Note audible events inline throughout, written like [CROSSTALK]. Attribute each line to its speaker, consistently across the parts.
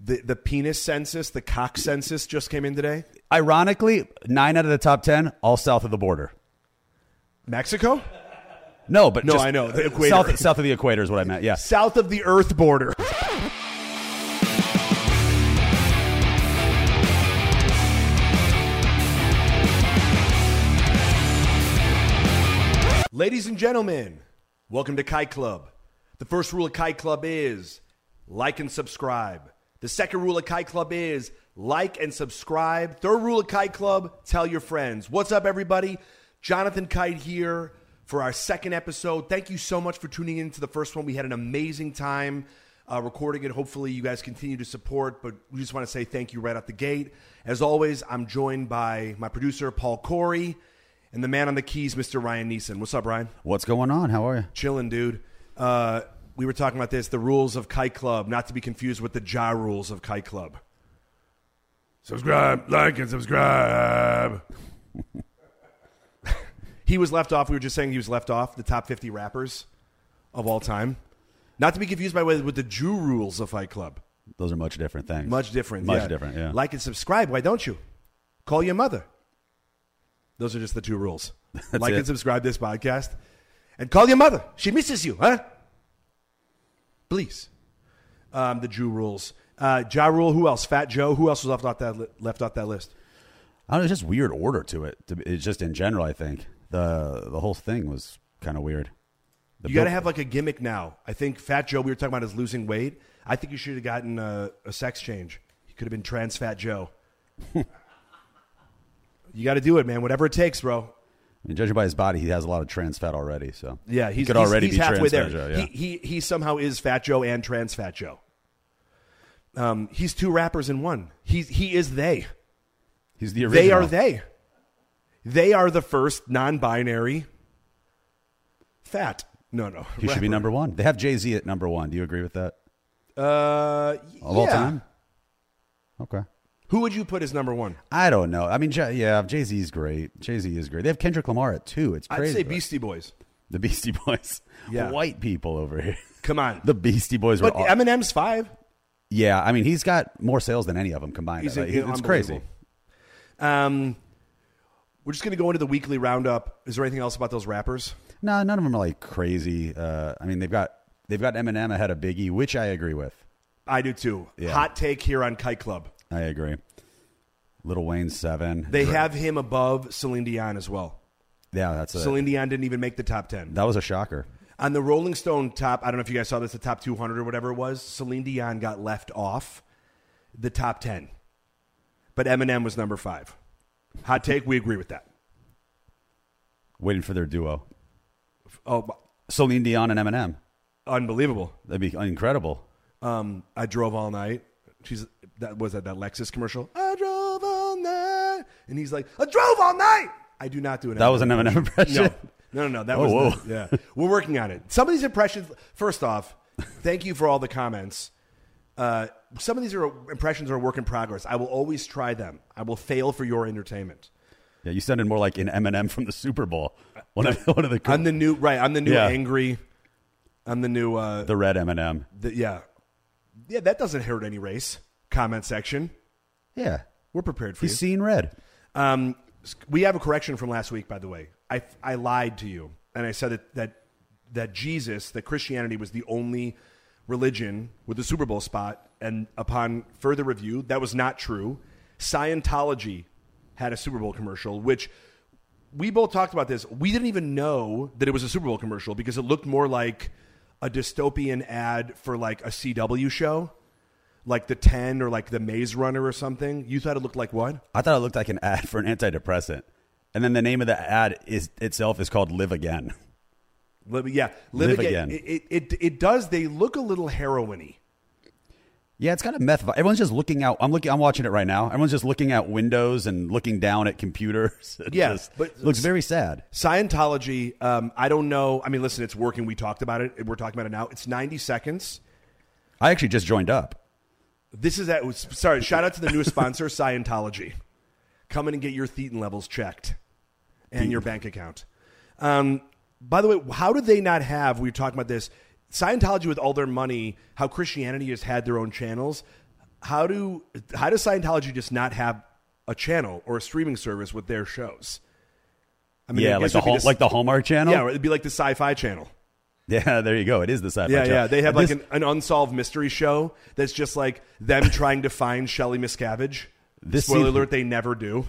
Speaker 1: The, the penis census, the cock census just came in today.
Speaker 2: Ironically, nine out of the top 10, all south of the border.
Speaker 1: Mexico?
Speaker 2: No, but
Speaker 1: No,
Speaker 2: just
Speaker 1: I know, the
Speaker 2: uh,
Speaker 1: equator.
Speaker 2: South, [LAUGHS] south of the equator is what I meant. Yeah.
Speaker 1: South of the Earth border. Ladies and gentlemen, welcome to Kite Club. The first rule of Kite Club is like and subscribe. The second rule of Kite Club is like and subscribe. Third rule of Kite Club, tell your friends. What's up, everybody? Jonathan Kite here for our second episode. Thank you so much for tuning in to the first one. We had an amazing time uh, recording it. Hopefully, you guys continue to support, but we just want to say thank you right out the gate. As always, I'm joined by my producer, Paul Corey, and the man on the keys, Mr. Ryan Neeson. What's up, Ryan?
Speaker 2: What's going on? How are you?
Speaker 1: chilling, dude. Uh, we were talking about this, the rules of Kite Club, not to be confused with the Ja rules of Kite Club.
Speaker 3: Subscribe, like, and subscribe.
Speaker 1: [LAUGHS] He was left off. We were just saying he was left off the top 50 rappers of all time. Not to be confused by with, with the Jew rules of Fight Club.
Speaker 2: Those are much different things.
Speaker 1: Much different.
Speaker 2: Much
Speaker 1: yeah.
Speaker 2: different, yeah.
Speaker 1: Like and subscribe. Why don't you? Call your mother. Those are just the two
Speaker 2: [LAUGHS]
Speaker 1: rules. like
Speaker 2: it.
Speaker 1: and subscribe this podcast. And call your mother. She misses you, huh? Please. Um, the Jew rules. Uh, ja Rule, who else? Fat Joe. Who else was left off that, li- left off that list?
Speaker 2: I don't know, it's just weird order to it. To- It's just in general, I think. The the whole thing was kind of weird. The
Speaker 1: You got to
Speaker 2: Bill-
Speaker 1: have like a gimmick now. I think Fat Joe, we were talking about, is losing weight. I think you should have gotten a, a sex change. You could have been trans Fat
Speaker 2: [LAUGHS]
Speaker 1: Joe. you got to do it, man. Whatever it takes, bro.
Speaker 2: I mean, judging by his body, he has a lot of trans fat already. So
Speaker 1: Yeah,
Speaker 2: He
Speaker 1: he's,
Speaker 2: could
Speaker 1: he's-
Speaker 2: already
Speaker 1: he's
Speaker 2: be
Speaker 1: halfway
Speaker 2: trans
Speaker 1: there.
Speaker 2: fat, Joe, yeah.
Speaker 1: he, he he somehow is Fat Joe and trans Fat Joe. Um, he's two rappers in one. He's he is they.
Speaker 2: he's the original.
Speaker 1: They are they. They are the first non-binary fat. No, no.
Speaker 2: He should be number one. They have Jay Z at number one. Do you agree with that?
Speaker 1: Uh,
Speaker 2: Of
Speaker 1: yeah.
Speaker 2: all time. Okay.
Speaker 1: Who would you put as number one?
Speaker 2: I don't know. I mean, J- yeah, Jay Z's great. Jay Z is great. They have Kendrick Lamar at two. It's crazy.
Speaker 1: I'd say
Speaker 2: but-
Speaker 1: Beastie Boys.
Speaker 2: The Beastie Boys.
Speaker 1: [LAUGHS] Yeah.
Speaker 2: White people over here.
Speaker 1: Come on.
Speaker 2: The Beastie Boys were.
Speaker 1: but
Speaker 2: Aw-
Speaker 1: Eminem's five.
Speaker 2: yeah, I mean, he's got more sales than any of them combined.
Speaker 1: He's
Speaker 2: Like,
Speaker 1: a-
Speaker 2: he- it's crazy.
Speaker 1: unbelievable. Um, we're just gonna go into the weekly roundup. Is there anything else about those rappers?
Speaker 2: No, none of them are like crazy. Uh, I mean, they've got they've got Eminem ahead of Biggie, which I agree with.
Speaker 1: I do too.
Speaker 2: Yeah.
Speaker 1: Hot take here on Kite Club.
Speaker 2: I agree. Little Wayne seven.
Speaker 1: They
Speaker 2: Dra-
Speaker 1: have him above Celine Dion as well.
Speaker 2: yeah, that's a
Speaker 1: Celine Dion didn't even make the top 10.
Speaker 2: that was a shocker.
Speaker 1: On the Rolling Stone top, I don't know if you guys saw this, the top 200 or whatever it was, Celine Dion got left off the top 10. But Eminem was number five. Hot take, we agree with that.
Speaker 2: Waiting for their duo,
Speaker 1: Oh, b-
Speaker 2: Celine Dion and Eminem.
Speaker 1: unbelievable.
Speaker 2: That'd be incredible.
Speaker 1: Um, I drove all night. She's that was that that Lexus commercial. I drove all night, and he's like, I drove all night. I do not do it.
Speaker 2: That was an Eminem impression.
Speaker 1: No, no, no, no. That
Speaker 2: Oh,
Speaker 1: was
Speaker 2: whoa.
Speaker 1: the- yeah. We're working on it. Some of these impressions. First off, thank you for all the comments. Uh, some of these are impressions are a work in progress. I will always try them. I will fail for your entertainment.
Speaker 2: Yeah, you sounded more like an Eminem from the Super Bowl. One [LAUGHS] of one of the cool,
Speaker 1: I'm the new right. I'm the new
Speaker 2: Yeah.
Speaker 1: angry. I'm the new. Uh,
Speaker 2: the red Eminem.
Speaker 1: the, yeah, yeah. That doesn't hurt any race. Comment section.
Speaker 2: Yeah,
Speaker 1: We're prepared for you.
Speaker 2: he's seen red.
Speaker 1: Um, we have a correction from last week, by the way. I, I lied to you, and I said that, that that Jesus, that Christianity was the only religion with a Super Bowl spot. And upon further review, that was not true. Scientology had a Super Bowl commercial, which we both talked about this. We didn't even know that it was a Super Bowl commercial because it looked more like a dystopian ad for like a CW show, like the Ten or like the Maze Runner or something. You thought it looked like what?
Speaker 2: I thought it looked like an ad for an antidepressant, and then the name of the ad is itself is called "Live Again."
Speaker 1: Live, yeah, live,
Speaker 2: Live
Speaker 1: again.
Speaker 2: Again.
Speaker 1: It, it, it it does. They look a little heroiny.
Speaker 2: Yeah, it's kind of meth. vi- Everyone's just looking out. I'm looking. I'm watching it right now. Everyone's just looking out windows and looking down at computers. [LAUGHS] It
Speaker 1: Yeah,
Speaker 2: just
Speaker 1: but-
Speaker 2: looks very sad.
Speaker 1: Scientology, um, I don't know. I mean, listen, it's working. We talked about it. We're talking about it now. It's 90 seconds.
Speaker 2: I actually just joined up.
Speaker 1: This is at, sorry, shout out to the new sponsor, Scientology. Come in and get your thetan levels checked and your bank account. Um, by the way, how do they not have, we were talking about this, Scientology with all their money, how Christianity has had their own channels. How do, how does Scientology just not have a channel or a streaming service with their shows? I I
Speaker 2: yeah,
Speaker 1: guess
Speaker 2: like the
Speaker 1: it'd be
Speaker 2: Hall-
Speaker 1: this-
Speaker 2: like the Hallmark Channel.
Speaker 1: Yeah, it'd be like the Sci-Fi Channel.
Speaker 2: [LAUGHS] Yeah, there you go. It is the sci-fi.
Speaker 1: Yeah,
Speaker 2: channel.
Speaker 1: yeah. They have
Speaker 2: And
Speaker 1: like
Speaker 2: this-
Speaker 1: an, an unsolved mystery show that's just like them [LAUGHS] trying to find Shelley Miscavige.
Speaker 2: This
Speaker 1: Spoiler
Speaker 2: season-
Speaker 1: alert: they never do.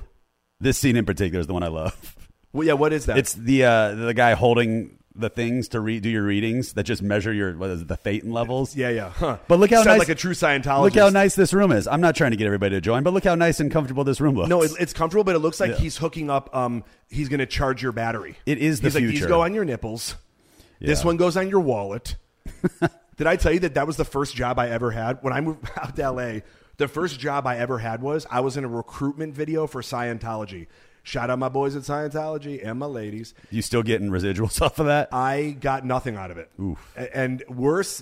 Speaker 2: this scene in particular is the one I love.
Speaker 1: Well, yeah. What is that?
Speaker 2: It's the uh, the guy holding the things to read do your readings that just measure your what is it, the thetan levels.
Speaker 1: yeah, yeah. Huh.
Speaker 2: But look how
Speaker 1: Sound
Speaker 2: nice,
Speaker 1: like a true Scientologist.
Speaker 2: Look how nice this room is. I'm not trying to get everybody to join, but look how nice and comfortable this room looks.
Speaker 1: No, it, it's comfortable, but it looks like he's hooking up. Um, he's going to charge your battery.
Speaker 2: It is the
Speaker 1: he's Like, These
Speaker 2: future.
Speaker 1: go on your nipples. This
Speaker 2: Yeah.
Speaker 1: one goes on your
Speaker 2: [LAUGHS]
Speaker 1: wallet. Did I tell you that that was the first job I ever had when I moved [LAUGHS] out to LA? The first job I ever had was I was in a recruitment video for Scientology. Shout out my boys at Scientology and my ladies.
Speaker 2: you still getting residuals [LAUGHS] off of that?
Speaker 1: I got nothing out of it. A- And worse,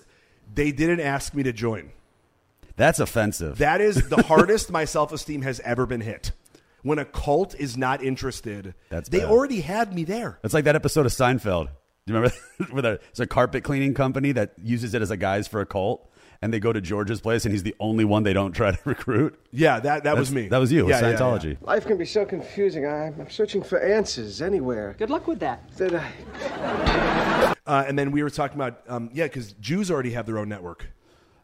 Speaker 1: they didn't ask me to join.
Speaker 2: That's offensive.
Speaker 1: That is
Speaker 2: [LAUGHS]
Speaker 1: the hardest my self esteem has ever been hit. When a cult is not interested,
Speaker 2: That's
Speaker 1: they
Speaker 2: bad.
Speaker 1: already had me there.
Speaker 2: That's like that episode of Seinfeld. Do you remember [LAUGHS] where there- there's a carpet cleaning company that uses it as a guise for a cult, and they go to George's place, and he's the only one they don't try to [LAUGHS] recruit.
Speaker 1: Yeah, that, that was
Speaker 2: That's-
Speaker 1: me.
Speaker 2: That was you.
Speaker 1: Yeah, yeah, yeah.
Speaker 2: Scientology.
Speaker 4: Life can be so confusing. I'm, I'm searching for answers anywhere.
Speaker 5: Good luck with that.
Speaker 4: That I,
Speaker 1: Uh, and then we were talking about, um, yeah, because Jews already have their own network.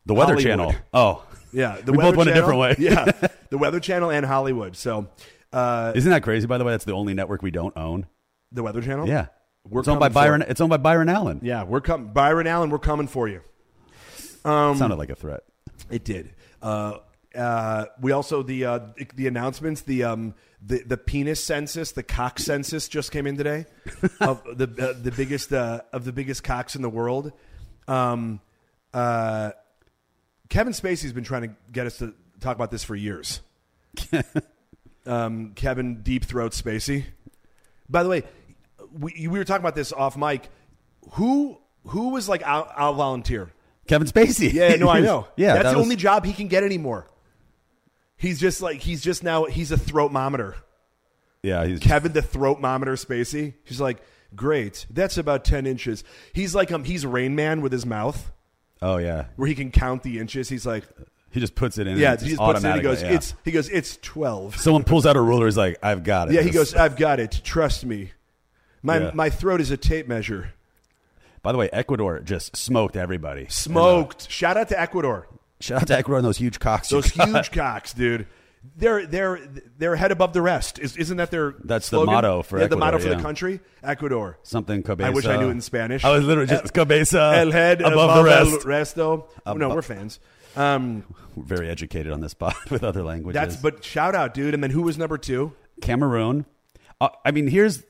Speaker 2: The Weather
Speaker 1: Hollywood.
Speaker 2: Channel. Oh,
Speaker 1: Yeah, the
Speaker 2: we
Speaker 1: Weather
Speaker 2: both went
Speaker 1: Channel-
Speaker 2: a different way. [LAUGHS]
Speaker 1: yeah, the Weather Channel and Hollywood. So uh,
Speaker 2: Isn't that crazy? By the way, that's the only network we don't own.
Speaker 1: the Weather Channel.
Speaker 2: Yeah,
Speaker 1: we're
Speaker 2: it's owned by
Speaker 1: coming for
Speaker 2: Byron.
Speaker 1: it.
Speaker 2: It's owned by Byron Allen.
Speaker 1: Yeah, we're coming, Byron Allen. We're coming for you. Um,
Speaker 2: sounded like a threat.
Speaker 1: It did. Uh, uh, we also the uh, the announcements, the um, the the penis census, the cock census just came in today of the uh, the biggest uh, of the biggest cocks in the world. Um, uh, Kevin Spacey's been trying to get us to talk about this for years. um, Kevin Deep Throat Spacey. By the way, we, we were talking about this off mic. Who who was like I'll, I'll volunteer.
Speaker 2: Kevin Spacey.
Speaker 1: Yeah,
Speaker 2: [LAUGHS]
Speaker 1: no, I know.
Speaker 2: yeah,
Speaker 1: that's
Speaker 2: that
Speaker 1: the
Speaker 2: was-
Speaker 1: only job he can get anymore. He's just like he's just now he's a throat mometer.
Speaker 2: Yeah, he's
Speaker 1: Kevin the throat mometer Spacey. He's like, great. That's about ten inches. He's like um he's Rain Man with his mouth,
Speaker 2: Oh yeah,
Speaker 1: where he can count the inches. He's like,
Speaker 2: he just puts it in.
Speaker 1: yeah.
Speaker 2: and
Speaker 1: He just
Speaker 2: just
Speaker 1: puts it. in, He
Speaker 2: automatically.
Speaker 1: goes,
Speaker 2: yeah.
Speaker 1: it's he goes, it's twelve.
Speaker 2: Someone pulls out a ruler. He's like, I've got it.
Speaker 1: Yeah, he
Speaker 2: This-
Speaker 1: goes, I've got it. Trust me. My
Speaker 2: Yeah.
Speaker 1: my throat is a tape measure.
Speaker 2: By the way, Ecuador just smoked everybody.
Speaker 1: Smoked. Shout out to Ecuador.
Speaker 2: Shout out to Ecuador and those huge cocks. you
Speaker 1: Those
Speaker 2: got.
Speaker 1: huge cocks, dude. They're they're they're head above the rest. Is, isn't that their
Speaker 2: That's the
Speaker 1: slogan?
Speaker 2: motto for
Speaker 1: yeah, the
Speaker 2: Ecuador,
Speaker 1: motto for the
Speaker 2: yeah.
Speaker 1: country? Ecuador.
Speaker 2: Something cabeza.
Speaker 1: I wish I knew it in Spanish.
Speaker 2: I was literally just cabeza
Speaker 1: El head
Speaker 2: above,
Speaker 1: above,
Speaker 2: the rest.
Speaker 1: El resto. Oh, no, we're fans. Um,
Speaker 2: We're very educated on this spot [LAUGHS] with other languages.
Speaker 1: that's but shout out, dude. And then who was number two?
Speaker 2: Cameroon. Uh, I mean, here's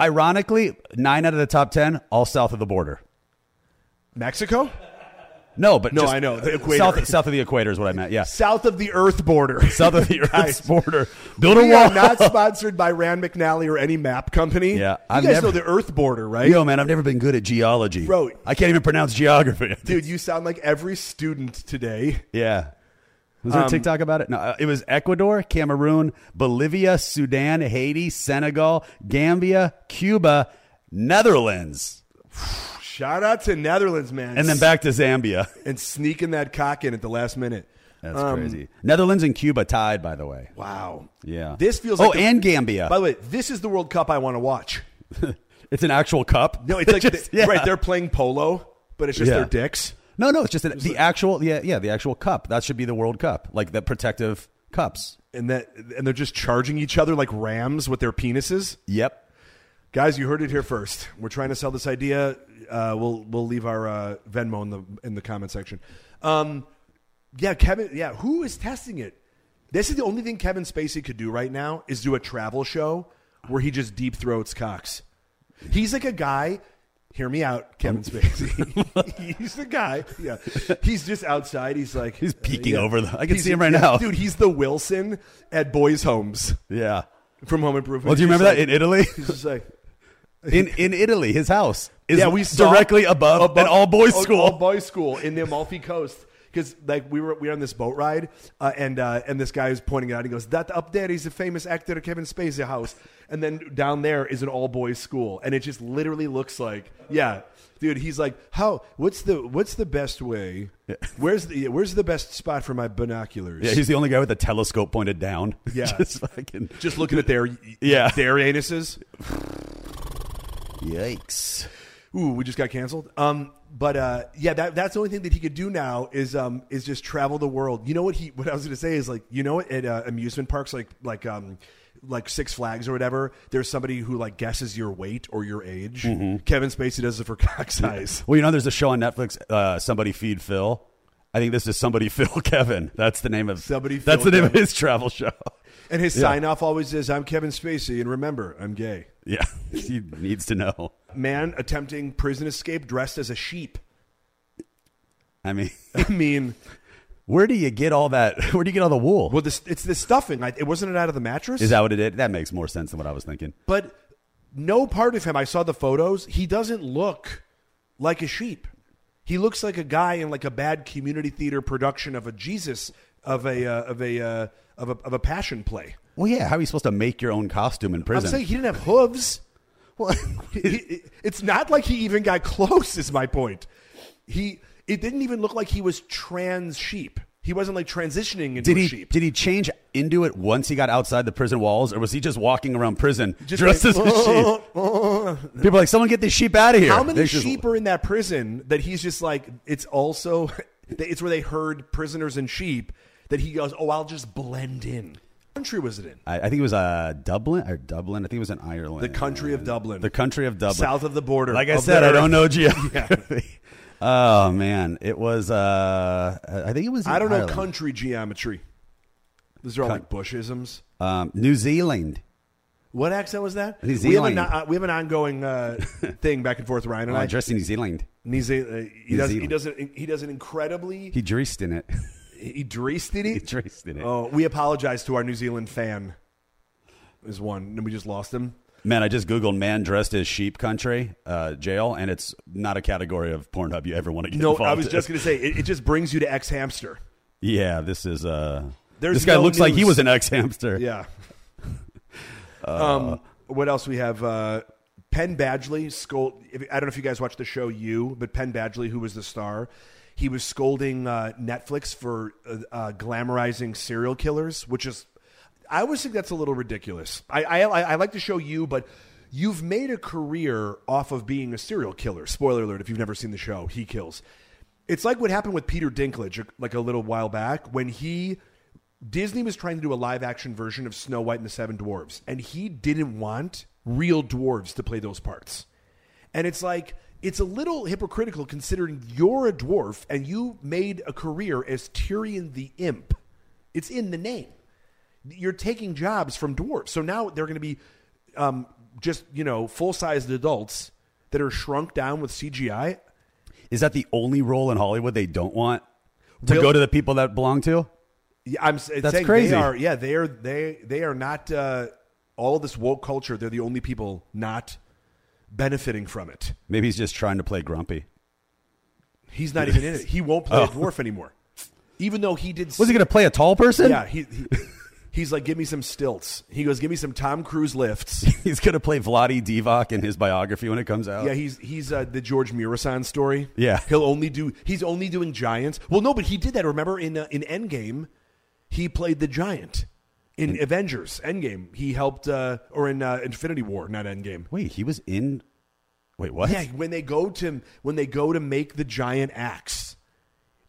Speaker 2: ironically nine out of the top ten, all south of the border.
Speaker 1: Mexico,
Speaker 2: No, but
Speaker 1: No,
Speaker 2: just-
Speaker 1: I know, the
Speaker 2: uh,
Speaker 1: equator.
Speaker 2: South, south of the equator is what I meant.
Speaker 1: [LAUGHS]
Speaker 2: Yeah,
Speaker 1: south of the Earth border.
Speaker 2: [LAUGHS] south of the
Speaker 1: [LAUGHS] Guys,
Speaker 2: Earth's border. Build a
Speaker 1: We
Speaker 2: [LAUGHS] wall.
Speaker 1: are not sponsored by Rand McNally or any map company.
Speaker 2: Yeah,
Speaker 1: you
Speaker 2: I've
Speaker 1: guys
Speaker 2: never-
Speaker 1: know the Earth border, right?
Speaker 2: Yo, man, I've never been good at geology,
Speaker 1: Bro.
Speaker 2: I can't even pronounce geography, [LAUGHS]
Speaker 1: Dude, you sound like every student today.
Speaker 2: Yeah. Was
Speaker 1: Um,
Speaker 2: there a TikTok about it? No, uh, it was Ecuador, Cameroon, Bolivia, Sudan, Haiti, Senegal, Gambia, Cuba, Netherlands,
Speaker 1: Shout out to Netherlands, man.
Speaker 2: and then back to Zambia. [LAUGHS]
Speaker 1: and sneaking that cock in at the last minute.
Speaker 2: That's
Speaker 1: Um,
Speaker 2: crazy. Netherlands and Cuba tied, by the way.
Speaker 1: Wow.
Speaker 2: Yeah.
Speaker 1: This feels
Speaker 2: Oh,
Speaker 1: like the-
Speaker 2: and Gambia.
Speaker 1: By the way, this is the World Cup I want to watch.
Speaker 2: [LAUGHS] it's an actual cup. [LAUGHS]
Speaker 1: No, it's like
Speaker 2: Just-
Speaker 1: they-
Speaker 2: yeah.
Speaker 1: right, they're playing polo, but it's just
Speaker 2: Yeah.
Speaker 1: their dicks.
Speaker 2: No, no, it's just an, the actual. Yeah, yeah, the actual cup. That should be the World Cup, like the protective cups.
Speaker 1: And that and they're just charging each other like rams with their penises.
Speaker 2: Yep.
Speaker 1: Guys, you heard it here first. We're trying to sell this idea. Uh, we'll we'll leave our uh, Venmo in the in the comment section. Um, yeah, Kevin. Yeah, who is testing it? This is the only thing Kevin Spacey could do right now is do a travel show where he just deep throats cocks. He's like a guy. Hear me out, Kevin
Speaker 2: Oh. [LAUGHS]
Speaker 1: Spacey. [LAUGHS] he's the guy. Yeah, he's just outside. He's like
Speaker 2: He's peeking over the- I can see him right now.
Speaker 1: dude. He's the Wilson at boys' homes
Speaker 2: Yeah.
Speaker 1: from Home Improvement.
Speaker 2: Well, do you
Speaker 1: He's
Speaker 2: remember
Speaker 1: like-
Speaker 2: that
Speaker 1: [LAUGHS]
Speaker 2: in Italy?
Speaker 1: He's just like
Speaker 2: In in Italy, his house is
Speaker 1: yeah, we saw-
Speaker 2: directly above, an all boys
Speaker 1: all-
Speaker 2: school.
Speaker 1: all boys school in the Amalfi Coast. Because like we were we were on this boat ride, uh, and uh, and this guy was pointing it out. He goes, "That up there is the famous actor Kevin Spacey house, and then down there is an all boys school, and it just literally looks like yeah, dude. He's like, how? What's the what's the best way? Where's the where's the best spot for my binoculars?
Speaker 2: yeah, he's the only guy with the telescope pointed down. [LAUGHS]
Speaker 1: Yeah.
Speaker 2: just fucking
Speaker 1: just looking at their
Speaker 2: Yeah.
Speaker 1: their anuses.
Speaker 2: yikes.
Speaker 1: Ooh, we just got canceled. Um, but uh, yeah, that, that's the only thing that he could do now is um, is just travel the world. You know what he? What I was going to say is like, you know, what at uh, amusement parks, like like um, like Six Flags or whatever, there's somebody who like guesses your weight or your age.
Speaker 2: Mm-hmm.
Speaker 1: Kevin Spacey does it for [LAUGHS] cock size.
Speaker 2: Well, you know, there's a show on Netflix. Uh, Somebody feed Phil. I think this is somebody Phil [LAUGHS] Kevin. That's the name of
Speaker 1: Somebody
Speaker 2: That's
Speaker 1: Phil
Speaker 2: the name of
Speaker 1: Kevin.
Speaker 2: his travel show.
Speaker 1: And his
Speaker 2: Yeah.
Speaker 1: sign off always is, "I'm Kevin Spacey, and remember, I'm gay."
Speaker 2: Yeah, [LAUGHS] he needs to know.
Speaker 1: Man attempting prison escape dressed as a sheep. [LAUGHS]
Speaker 2: I mean, [LAUGHS]
Speaker 1: I mean,
Speaker 2: where do you get all that? [LAUGHS] Where do you get all the wool?
Speaker 1: well, this it's the stuffing. I, it wasn't it out of the mattress.
Speaker 2: Is that what it did? That makes more sense than what I was thinking.
Speaker 1: but no part of him i saw the photos he doesn't look like a sheep he looks like a guy in like a bad community theater production of a jesus of a uh, of a uh, of a of a passion play
Speaker 2: Well, yeah. How are you supposed to make your own costume in prison?
Speaker 1: i'm saying he didn't have hooves
Speaker 2: well,
Speaker 1: He- he- it's not like he even got close is my point he it didn't even look like he was trans sheep he wasn't like transitioning into
Speaker 2: did
Speaker 1: a
Speaker 2: he
Speaker 1: sheep
Speaker 2: did he change into it once he got outside the prison walls, or was he just walking around prison
Speaker 1: Just
Speaker 2: dressed
Speaker 1: like,
Speaker 2: as a sheep?
Speaker 1: [LAUGHS]
Speaker 2: People are like, someone get this sheep out of here.
Speaker 1: How many
Speaker 2: They just-
Speaker 1: sheep are in that prison that he's just like, it's also, [LAUGHS] it's where they herd prisoners and sheep that he goes, oh, I'll just blend in. What country was it in?
Speaker 2: I, I think it was uh, Dublin or Dublin. I think it was in Ireland.
Speaker 1: The country of Dublin.
Speaker 2: The country of Dublin.
Speaker 1: South of the border
Speaker 2: Like I
Speaker 1: of
Speaker 2: said,
Speaker 1: the
Speaker 2: I don't
Speaker 1: earth. [LAUGHS]
Speaker 2: know geography. [LAUGHS] Oh man, it was. Uh, I think it was. in
Speaker 1: I don't know
Speaker 2: Ireland.
Speaker 1: country geometry. These are all like Bushisms.
Speaker 2: Um, New Zealand.
Speaker 1: What accent was that?
Speaker 2: New
Speaker 1: We have, an,
Speaker 2: Zealand.
Speaker 1: uh, we have an ongoing
Speaker 2: [LAUGHS]
Speaker 1: uh, thing back and forth, Ryan and
Speaker 2: Oh, I
Speaker 1: I.
Speaker 2: dressed in New Zealand.
Speaker 1: New Zealand. He
Speaker 2: New
Speaker 1: does. He
Speaker 2: Zealand.
Speaker 1: does. An, he does an incredibly.
Speaker 2: He dressed in it. [LAUGHS]
Speaker 1: He, he dreased it.
Speaker 2: he dressed in it.
Speaker 1: Oh, we apologize to our New Zealand fan. Is one, and we just lost him.
Speaker 2: Man, I just googled "man dressed as sheep country uh, jail," and it's not a category of Pornhub you ever want to get
Speaker 1: No,
Speaker 2: involved.
Speaker 1: I was
Speaker 2: in.
Speaker 1: just going to say it, it just brings you to X Hamster.
Speaker 2: Yeah, this is. Uh,
Speaker 1: There's
Speaker 2: this guy
Speaker 1: no
Speaker 2: looks like he
Speaker 1: news.
Speaker 2: was an ex hamster.
Speaker 1: Yeah. um, what else we have? Uh, Penn Badgley scold. if- I don't know if you guys watched the show You, but Penn Badgley, who was the star, he was scolding uh, Netflix for uh, uh, glamorizing serial killers, which is. I always think that's a little ridiculous. I I, I I like the show You, but. You've made a career off of being a serial killer. Spoiler alert if you've never seen the show, he kills. It's like what happened with Peter Dinklage like a little while back when he Disney was trying to do a live action version of Snow White and the Seven Dwarves, and he didn't want real dwarves to play those parts. And it's like, it's a little hypocritical considering you're a dwarf and you made a career as Tyrion the Imp. It's in the name. You're taking jobs from dwarves. So now they're going to be um, just, you know, full sized adults that are shrunk down with CGI.
Speaker 2: Is that the only role in Hollywood they don't want to
Speaker 1: Will-
Speaker 2: go to the people that belong to?
Speaker 1: Yeah, I'm s- saying
Speaker 2: crazy.
Speaker 1: They are, yeah, they are. They they are not uh, all of this woke culture. They're the only people not benefiting from it.
Speaker 2: Maybe he's just trying to play grumpy.
Speaker 1: He's not even in it. He won't
Speaker 2: [LAUGHS]
Speaker 1: play a dwarf anymore, even though he did.
Speaker 2: Oh. Was he going to play a tall person?
Speaker 1: Yeah, he, he he's like, give me some stilts. He goes, give me some Tom Cruise
Speaker 2: [LAUGHS]
Speaker 1: lifts.
Speaker 2: [LAUGHS] He's going to play Vladi Divac in his biography when it comes out.
Speaker 1: Yeah, he's he's uh, the George Murison story.
Speaker 2: Yeah.
Speaker 1: he'll only do he's only doing giants. Well, no, but he did that. Remember in uh, in Endgame, he played the giant. In
Speaker 2: Mm.
Speaker 1: Avengers Endgame, he helped, uh, or in uh, Infinity War, not Endgame.
Speaker 2: Wait, he was in. Wait, what?
Speaker 1: Yeah, when they go to when they go to make the giant axe,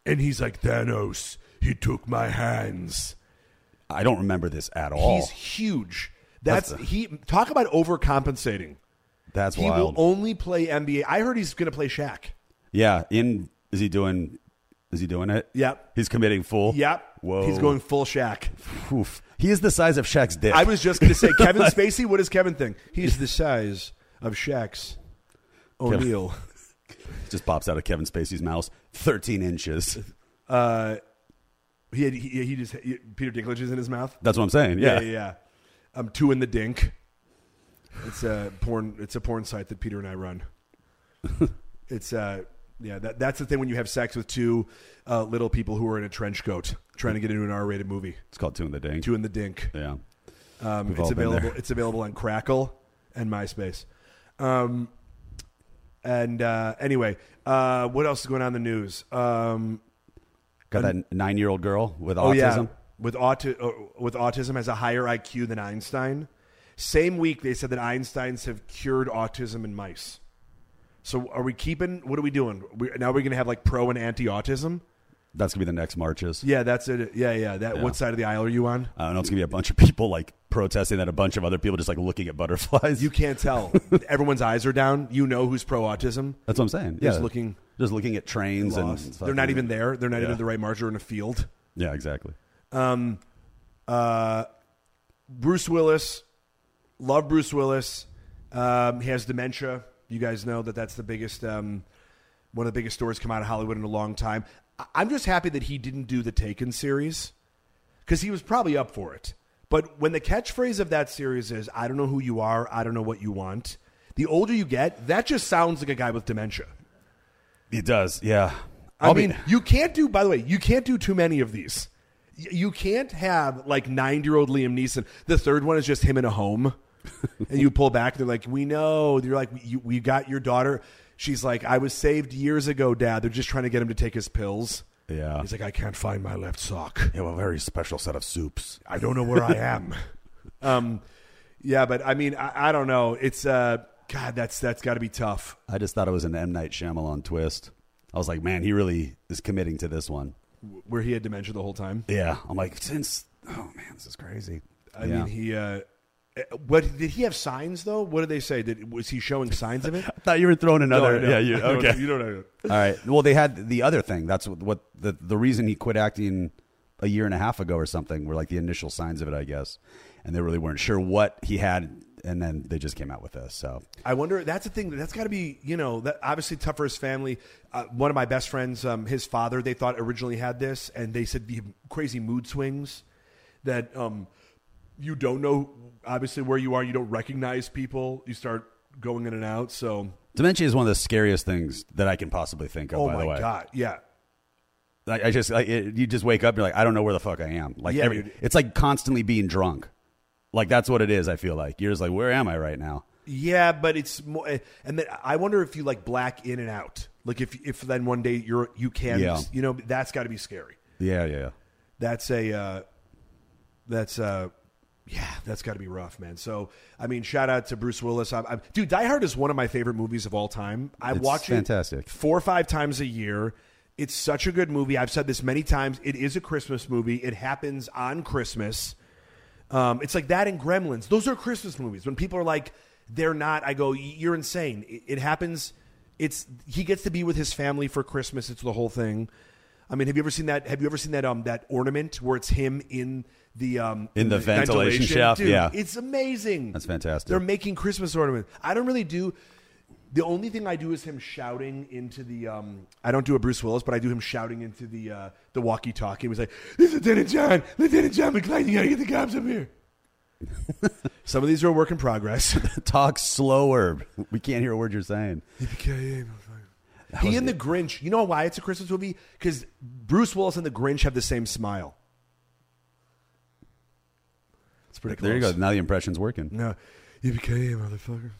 Speaker 1: and he's like Thanos, he took my hands.
Speaker 2: I don't remember this at all.
Speaker 1: He's huge. That's,
Speaker 2: Oh. That's-
Speaker 1: he. Talk about overcompensating.
Speaker 2: That's
Speaker 1: he
Speaker 2: wild.
Speaker 1: will only play NBA. I heard he's going to play Shaq.
Speaker 2: yeah, in is he doing? Is he doing it?
Speaker 1: Yep.
Speaker 2: He's committing full.
Speaker 1: Yep.
Speaker 2: Whoa.
Speaker 1: He's going full Shaq.
Speaker 2: Oof. He is the size of Shaq's dick.
Speaker 1: I
Speaker 2: [LAUGHS]
Speaker 1: was just going to say Kevin Spacey. What does Kevin think? He's the size of Shaq's O'Neal.
Speaker 2: Just pops out of Kevin Spacey's mouth, 13 inches.
Speaker 1: He had he, he just he- Peter Dinklage is in his mouth.
Speaker 2: That's what I'm saying.
Speaker 1: Yeah,
Speaker 2: Yeah.
Speaker 1: yeah. yeah. Um, two in the dink. It's a porn. It's a porn site that Peter and I
Speaker 2: [LAUGHS]
Speaker 1: run. it's uh, yeah. That, that's the thing when you have sex with two uh, little people who are in a trench coat trying to get into an R-rated movie.
Speaker 2: It's called Two in the Ding.
Speaker 1: Two in the dink.
Speaker 2: Yeah.
Speaker 1: Um,
Speaker 2: We've
Speaker 1: it's
Speaker 2: all been
Speaker 1: available.
Speaker 2: there.
Speaker 1: It's available on Crackle and MySpace. Um, and uh, anyway, uh, what else is going on in the news? Um,
Speaker 2: Got that nine year old girl with
Speaker 1: Oh
Speaker 2: autism.
Speaker 1: yeah, with auti- uh, with autism has a higher IQ than Einstein. Same week they said that Einstein's have cured autism in mice. So are we keeping? What are we doing? We, now we're going to have like pro and anti autism.
Speaker 2: That's going to be the next marches.
Speaker 1: Yeah, that's it. Yeah, yeah. That what side of the aisle are you on?
Speaker 2: I don't know. It's going to be a bunch of people like protesting that a bunch of other people just like looking at butterflies.
Speaker 1: You can't tell. [LAUGHS] Everyone's eyes are down. You know who's pro autism.
Speaker 2: That's what I'm saying.
Speaker 1: Just
Speaker 2: yeah.
Speaker 1: looking
Speaker 2: Just looking at trains and
Speaker 1: Lost. They're not
Speaker 2: fucking-
Speaker 1: even there. They're not even
Speaker 2: Yeah.
Speaker 1: at the right march. They're in a field.
Speaker 2: Yeah, exactly.
Speaker 1: Bruce Willis, love Bruce Willis. Um, he has dementia. You guys know that that's the biggest, um, one of the biggest stories come out of Hollywood in a long time. I- I'm just happy that he didn't do the Taken series because he was probably up for it. But when the catchphrase of that series is, I don't know who you are, I don't know what you want, the older you get, that just sounds like a guy with dementia.
Speaker 2: It does. Yeah.
Speaker 1: I
Speaker 2: I'll be-
Speaker 1: mean, you can't do. By the way, you can't do too many of these. Y- You can't have like nine-year-old Liam Neeson. The third one is just him in a
Speaker 2: [LAUGHS]
Speaker 1: home, and you pull back. They're like, "We know." You're like, you, "We got your daughter." She's like, "I was saved years ago, Dad." They're just trying to get him to take his pills.
Speaker 2: yeah.
Speaker 1: He's like, "I can't find my left sock.
Speaker 2: have a very special set of soups.
Speaker 1: I don't know where
Speaker 2: [LAUGHS]
Speaker 1: I am." um, yeah, but I mean, I, I don't know. It's uh, God, that's that's got to be tough.
Speaker 2: I just thought it was an M Night Shyamalan twist. I was like, man, he really is committing to this one.
Speaker 1: W- Where he had dementia the whole time.
Speaker 2: Yeah, I'm like, since oh man, this is crazy.
Speaker 1: I
Speaker 2: Yeah.
Speaker 1: mean, he. Uh, what did he have signs though? What did they say? Did, was he showing signs of it?
Speaker 2: [LAUGHS] I thought you were throwing
Speaker 1: No,
Speaker 2: another.
Speaker 1: I don't.
Speaker 2: yeah, [LAUGHS]
Speaker 1: [LAUGHS]
Speaker 2: you
Speaker 1: I don't-
Speaker 2: okay?
Speaker 1: You don't know.
Speaker 2: All right. Well, they had the other thing. That's what, what the the reason he quit acting a year and a half ago or something were like the initial signs of it, I guess. And they really weren't sure what he had, and then they just came out with this. So
Speaker 1: I wonder. That's the thing. That's got to be you know that obviously tough for his family. Uh, one of my best friends, um, his father, they thought originally had this, and they said he had crazy mood swings that um, you don't know obviously where you are. You don't recognize people. You start going in and out. So
Speaker 2: dementia is one of the scariest things that I can possibly think of.
Speaker 1: oh
Speaker 2: by
Speaker 1: my
Speaker 2: the way,
Speaker 1: god, yeah.
Speaker 2: Like, I just like it, you just wake up, and you're like, I don't know where the fuck I am. Like
Speaker 1: Yeah,
Speaker 2: every,
Speaker 1: dude.
Speaker 2: it's like constantly being drunk. Like that's what it is. I feel like you're just like, where am I right now?
Speaker 1: Yeah, but it's more, eh, and then I wonder if you like black in and out. Like if if then one day you're you can
Speaker 2: Yeah.
Speaker 1: you know that's got to be scary.
Speaker 2: Yeah, yeah, yeah.
Speaker 1: That's a uh, that's uh yeah that's got to be rough, man. So I mean, shout out to Bruce Willis. I'm, I'm, dude, Die Hard is one of my favorite movies of all time. I
Speaker 2: It's
Speaker 1: watch
Speaker 2: fantastic.
Speaker 1: it four or five times a year. It's such a good movie. I've said this many times. It is a Christmas movie. It happens on Christmas. Um, it's like that in Gremlins. Those are Christmas movies. When people are like, they're not, I go, you're insane. It, it happens. It's he gets to be with his family for Christmas. It's the whole thing. I mean, have you ever seen that? Have you ever seen that um that ornament where it's him in the um
Speaker 2: In the ventilation shaft?
Speaker 1: Dude,
Speaker 2: Yeah.
Speaker 1: it's amazing.
Speaker 2: That's fantastic.
Speaker 1: They're making Christmas ornaments. I don't really do. The only thing I do is him shouting into the. Um, I don't do a Bruce Willis, but I do him shouting into the uh, the walkie-talkie. He was like, "This is Lieutenant John, Lieutenant John McClane. You gotta get the cops up
Speaker 2: [LAUGHS]
Speaker 1: here." Some of these are a work in progress.
Speaker 2: [LAUGHS] Talk slower. We can't hear a word you're saying.
Speaker 1: he and the Grinch. You know why it's a Christmas movie? Because Bruce Willis and the Grinch have the same smile. It's pretty.
Speaker 2: There you go.
Speaker 1: close.
Speaker 2: Now the impression's working.
Speaker 1: No, you became motherfucker.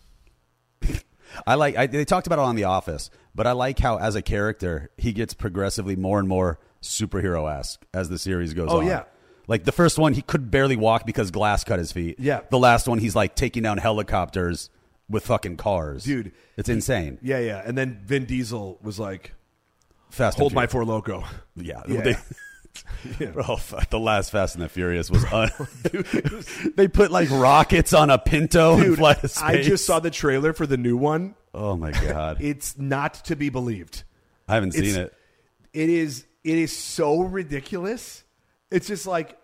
Speaker 2: I like. I, they talked about it on The Office, but I like how, as a character, he gets progressively more and more superhero esque as the series goes
Speaker 1: Oh,
Speaker 2: on.
Speaker 1: yeah.
Speaker 2: Like the first one, he could barely walk because glass cut his feet.
Speaker 1: Yeah.
Speaker 2: The last one, he's like taking down helicopters with fucking cars,
Speaker 1: Dude,
Speaker 2: It's insane.
Speaker 1: Yeah, yeah. And then Vin Diesel was like,
Speaker 2: Fast.
Speaker 1: "Hold
Speaker 2: and
Speaker 1: my
Speaker 2: Furious.
Speaker 1: four
Speaker 2: [LAUGHS]
Speaker 1: loco."
Speaker 2: Yeah.
Speaker 1: Yeah.
Speaker 2: They-
Speaker 1: [LAUGHS]
Speaker 2: Bro, fuck, the last Fast and the Furious was. Un- [LAUGHS] they put like rockets on a Pinto and
Speaker 1: Dude,
Speaker 2: fly to space.
Speaker 1: I just saw the trailer for the new one.
Speaker 2: [LAUGHS] Oh my god,
Speaker 1: It's not to be believed.
Speaker 2: I haven't
Speaker 1: it's-
Speaker 2: seen it.
Speaker 1: It is it is so ridiculous. It's just like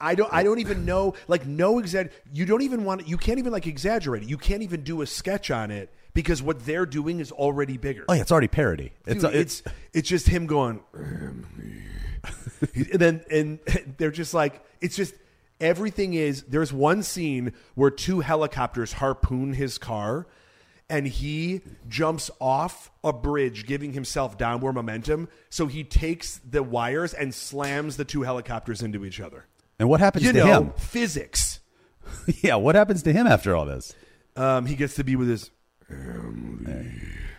Speaker 1: I don't. I don't even know. Like no exact. You don't even want. You can't even like exaggerate it. You can't even do a sketch on it because what they're doing is already bigger.
Speaker 2: Oh yeah, it's already parody.
Speaker 1: Dude,
Speaker 2: It's uh,
Speaker 1: it's,
Speaker 2: it's
Speaker 1: it's just him going, and then and they're just like it's just everything is. There's one scene where two helicopters harpoon his car, and he jumps off a bridge, giving himself downward momentum. So he takes the wires and slams the two helicopters into each other.
Speaker 2: and what happens
Speaker 1: You
Speaker 2: to
Speaker 1: know,
Speaker 2: him? [LAUGHS]
Speaker 1: physics.
Speaker 2: yeah, what happens to him after all this?
Speaker 1: Um, he gets to be with his.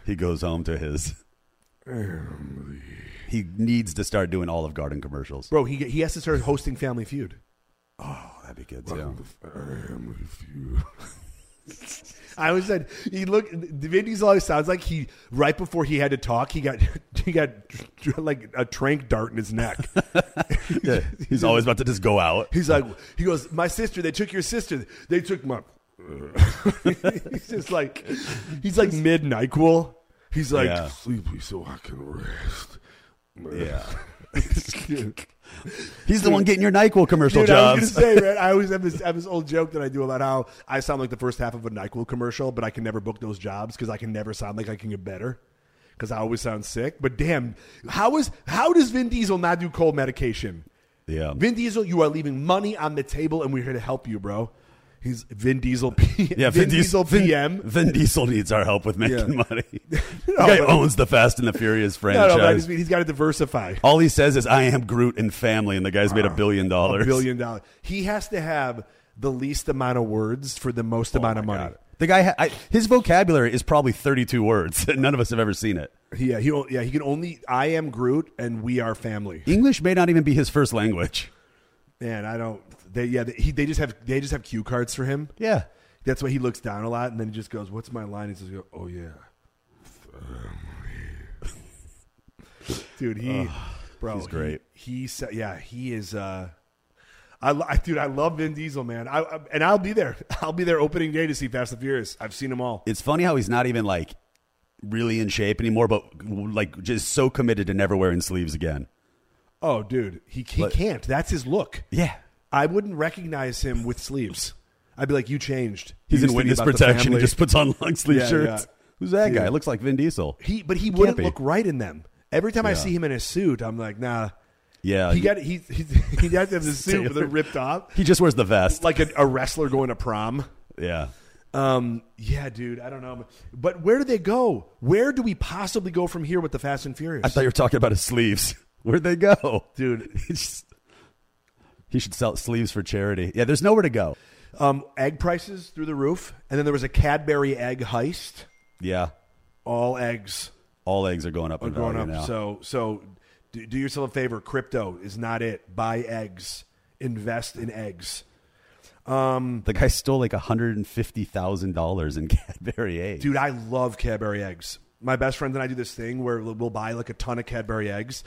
Speaker 2: He goes home to his. He needs to start doing Olive Garden commercials.
Speaker 1: Bro, he, he has to start hosting Family Feud.
Speaker 2: Oh, that'd be good too.
Speaker 1: [LAUGHS] I always said he look. Vin Diesel always sounds like he right before he had to talk, he got [LAUGHS] he got like a trank dart in his neck.
Speaker 2: [LAUGHS] Yeah, he's always about to just
Speaker 1: [LAUGHS]
Speaker 2: go out.
Speaker 1: He's like, he goes, my sister. They took your sister. They took my. [LAUGHS] he's just like, he's like mid Nyquil. He's like,
Speaker 2: Yeah.
Speaker 3: Sleepy so I can rest.
Speaker 2: Yeah.
Speaker 1: [LAUGHS]
Speaker 2: He's the one getting your NyQuil commercial
Speaker 1: Dude, I was
Speaker 2: jobs.
Speaker 1: gonna say, man, I always have this, I have this old joke that I do about how I sound like the first half of a Nyquil commercial, but I can never book those jobs because I can never sound like I can get better because I always sound sick. But damn, how is how does Vin Diesel not do cold medication?
Speaker 2: Yeah.
Speaker 1: Vin Diesel, you are leaving money on the table, and we're here to help you, bro. He's Vin Diesel P-
Speaker 2: yeah,
Speaker 1: Vin, Diesel, PM.
Speaker 2: Vin, Vin Diesel needs our help with making
Speaker 1: Yeah.
Speaker 2: money.
Speaker 1: [LAUGHS]
Speaker 2: The [LAUGHS] guy
Speaker 1: but-
Speaker 2: owns the Fast and the Furious
Speaker 1: [LAUGHS] no,
Speaker 2: franchise.
Speaker 1: no, but I just mean he's got to diversify.
Speaker 2: all he says is, "I am Groot and family," and the guy's made a billion dollars.
Speaker 1: A billion dollars. He has to have the least amount of words for the most amount of money.
Speaker 2: The guy, ha- [LAUGHS] I, his vocabulary is probably 32 words. [LAUGHS] and None of us have ever seen it.
Speaker 1: Yeah, he o- yeah he can only I am Groot and we are family.
Speaker 2: English may not even be his first language.
Speaker 1: Man, I don't. They yeah they, he, they just have they just have cue cards for him.
Speaker 2: Yeah.
Speaker 1: That's why he looks down a lot and then he just goes, "What's my line?" He says, "Oh yeah, [LAUGHS] dude." He bro,
Speaker 2: he's great.
Speaker 1: He, he sa- yeah he is. uh I, lo- I dude, I love Vin Diesel, man. I, I and I'll be there. [LAUGHS] I'll be there opening day to see Fast and Furious. I've seen them all.
Speaker 2: It's funny how he's not even like really in shape anymore, but like just so committed to never wearing sleeves again.
Speaker 1: Oh, dude, he he
Speaker 2: But-
Speaker 1: can't. That's his look.
Speaker 2: Yeah.
Speaker 1: I wouldn't recognize him with sleeves. I'd be like, you changed.
Speaker 2: He's
Speaker 1: You used
Speaker 2: in
Speaker 1: to be
Speaker 2: witness
Speaker 1: about the
Speaker 2: protection. He
Speaker 1: family."
Speaker 2: just puts on long sleeve
Speaker 1: Yeah,
Speaker 2: shirts.
Speaker 1: yeah.
Speaker 2: Who's that
Speaker 1: Dude.
Speaker 2: guy? Looks like Vin Diesel.
Speaker 1: he, but he wouldn't
Speaker 2: be.
Speaker 1: look right in them. Every time I
Speaker 2: Yeah.
Speaker 1: see him in a suit, I'm like, nah.
Speaker 2: yeah.
Speaker 1: He
Speaker 2: he-
Speaker 1: got he he, he has to
Speaker 2: [LAUGHS]
Speaker 1: have the suit with it
Speaker 2: Taylor.
Speaker 1: ripped off,
Speaker 2: he just wears the vest.
Speaker 1: like a, a wrestler going to prom.
Speaker 2: yeah.
Speaker 1: Um, yeah, dude, I don't know, but where do they go? Where do we possibly go from here with the Fast and Furious?
Speaker 2: I thought you were talking about his sleeves. [LAUGHS] Where'd they go?
Speaker 1: Dude.
Speaker 2: [LAUGHS] It's just- he should sell sleeves for charity. Yeah, there's nowhere to go.
Speaker 1: um, egg prices through the roof, and then there was a Cadbury egg heist.
Speaker 2: Yeah.
Speaker 1: All eggs
Speaker 2: All eggs are going up.
Speaker 1: are
Speaker 2: in
Speaker 1: going
Speaker 2: value
Speaker 1: up.
Speaker 2: Now.
Speaker 1: So so do, do yourself a favor. Crypto is not it. Buy eggs. Invest in eggs.
Speaker 2: the guy stole like $150,000 in [LAUGHS] Cadbury eggs.
Speaker 1: Dude, I love Cadbury eggs. My best friend and I do this thing where we'll buy like a ton of Cadbury eggs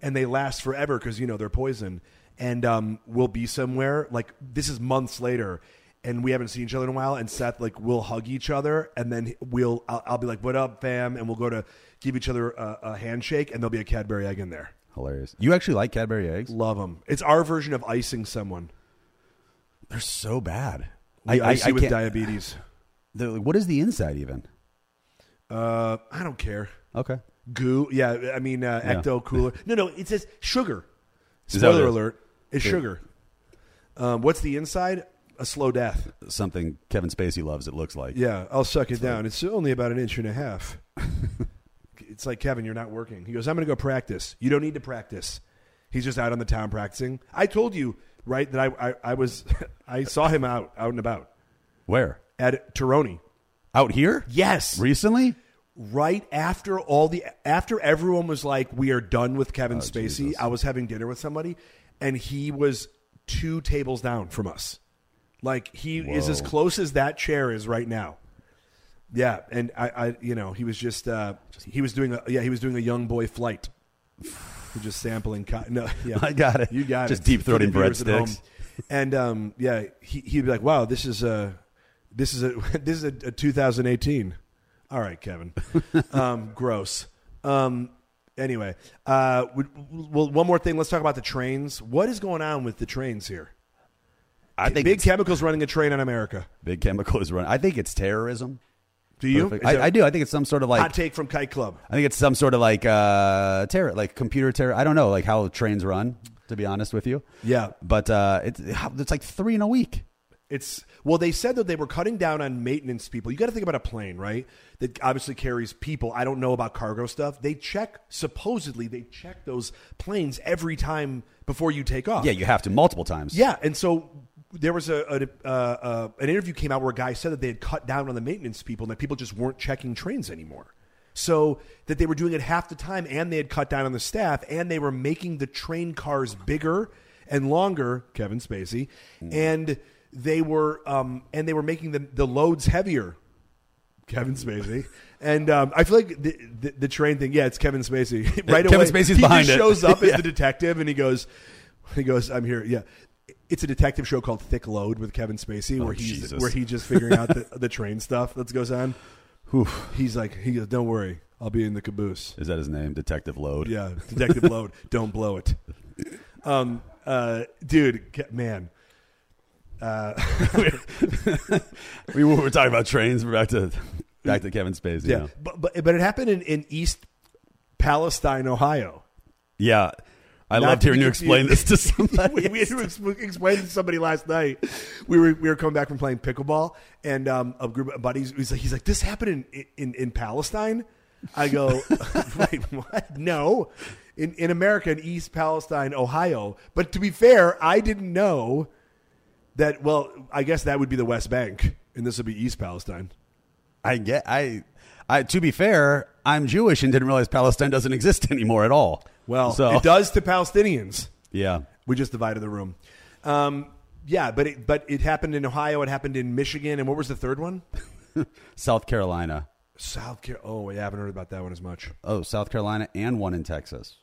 Speaker 1: and they last forever because, you know, they're poison. And um, we'll be somewhere, like, this is months later and we haven't seen each other in a while. And Seth, like, we'll hug each other and then we'll, I'll, I'll be like, what up, fam? And we'll go to give each other a, a handshake and there'll be a Cadbury egg in there.
Speaker 2: Hilarious. You actually like Cadbury eggs?
Speaker 1: Love them. It's our version of icing someone.
Speaker 2: They're so bad.
Speaker 1: We ice you with
Speaker 2: can't-
Speaker 1: diabetes.
Speaker 2: they're like, What is the inside even?
Speaker 1: Uh, I don't care.
Speaker 2: Okay.
Speaker 1: goo. Yeah, I mean uh,
Speaker 2: Yeah.
Speaker 1: ecto cooler. No, no, it says sugar.
Speaker 2: Is that what
Speaker 1: Spoiler
Speaker 2: it is?
Speaker 1: alert: it's sugar. Um, what's the inside? A slow death.
Speaker 2: Something Kevin Spacey loves, it looks like.
Speaker 1: Yeah, I'll suck it down. It's only about an inch and a
Speaker 2: [LAUGHS]
Speaker 1: half. it's like Kevin, you're not working. He goes, "I'm going to go practice." You don't need to practice. He's just out on the town practicing. I told you right that I I, I was [LAUGHS] I saw him out out and about
Speaker 2: Where?
Speaker 1: at Toroni.
Speaker 2: Out here?
Speaker 1: Yes,
Speaker 2: Recently?
Speaker 1: right after all the after everyone was like we are done with Kevin Spacey I was having dinner with somebody and he was two tables down from us like he is as close as that chair is right now yeah and I, I you know he was just uh he was doing a yeah he was doing a young boy flight He was just sampling co-
Speaker 2: [LAUGHS]
Speaker 1: no yeah
Speaker 2: I got it.
Speaker 1: you got
Speaker 2: Just
Speaker 1: it
Speaker 2: deep throating
Speaker 1: For the viewers at home.
Speaker 2: breadsticks.
Speaker 1: and um yeah he, he'd be like wow this is a this is a [LAUGHS] this is a, a 2018 all right
Speaker 2: [LAUGHS]
Speaker 1: kevin um gross um anyway uh we, well one more thing let's talk about the trains what is going on with the trains here
Speaker 2: I
Speaker 1: Big
Speaker 2: think big,
Speaker 1: Chemical's running a train on America.
Speaker 2: big chemical is running. I think it's terrorism.
Speaker 1: Do you?
Speaker 2: Perfect.
Speaker 1: Is that-
Speaker 2: I, I do. I think it's some sort of like
Speaker 1: Hot take from Kite Club.
Speaker 2: I think it's some sort of like uh, terror, like computer terror. I don't know, like how trains run. To be honest with you,
Speaker 1: Yeah.
Speaker 2: But uh, it's it's like three in a week.
Speaker 1: It's well, they said that they were cutting down on maintenance people. You got to think about a plane, right? That obviously carries people. I don't know about cargo stuff. They check supposedly they check those planes every time before you take off.
Speaker 2: Yeah, you have to multiple times.
Speaker 1: Yeah, and so there was a, a uh, uh, an interview came out where a guy said that they had cut down on the maintenance people and that people just weren't checking trains anymore. So that they were doing it half the time, and they had cut down on the staff, and they were making the train cars bigger and longer. Kevin Spacey, and they were um, and they were making the, the loads heavier. Kevin Spacey, and um, I feel like the, the, the train thing. Yeah, it's Kevin Spacey. [LAUGHS] right
Speaker 2: Kevin
Speaker 1: away,
Speaker 2: Spacey's
Speaker 1: he
Speaker 2: behind
Speaker 1: just
Speaker 2: it.
Speaker 1: shows up as
Speaker 2: Yeah.
Speaker 1: the detective and he goes he goes i'm here yeah it's a detective show called thick load with kevin spacey where he's
Speaker 2: Oh, Jesus.
Speaker 1: where he just figuring out the, the train stuff that goes on he's like he goes don't worry i'll be in the caboose
Speaker 2: Is that his name, Detective Load?
Speaker 1: yeah
Speaker 2: [LAUGHS]
Speaker 1: detective load don't blow it um uh dude ca- man
Speaker 2: we were, we're talking about trains. We're back to back to Kevin Spacey.
Speaker 1: yeah,
Speaker 2: now.
Speaker 1: But, but but it happened in, in east palestine ohio
Speaker 2: yeah. I
Speaker 1: Not
Speaker 2: loved
Speaker 1: to
Speaker 2: hearing
Speaker 1: be
Speaker 2: you explain this
Speaker 1: confused.
Speaker 2: to [LAUGHS]
Speaker 1: [LAUGHS]
Speaker 2: somebody.
Speaker 1: we, we had to ex- explain to somebody last night. We were we were coming back from playing pickleball, and um, a group of buddies. He's like, he's like, this happened in in, in Palestine. I go, [LAUGHS] wait, what? No, in in America, in East Palestine, Ohio. But to be fair, I didn't know that. Well, I guess that would be the West Bank, and this would be East Palestine.
Speaker 2: I get. I. I. To be fair, I'm Jewish and didn't realize Palestine doesn't [LAUGHS] exist anymore at all.
Speaker 1: Well,
Speaker 2: so
Speaker 1: it does to Palestinians.
Speaker 2: yeah.
Speaker 1: We just divided the room. Um, yeah, but it, but it happened in Ohio. It happened in Michigan, and what was the third one?
Speaker 2: South Carolina.
Speaker 1: South Carolina. Oh, yeah, I haven't heard about that one as much.
Speaker 2: Oh, South Carolina and one in Texas.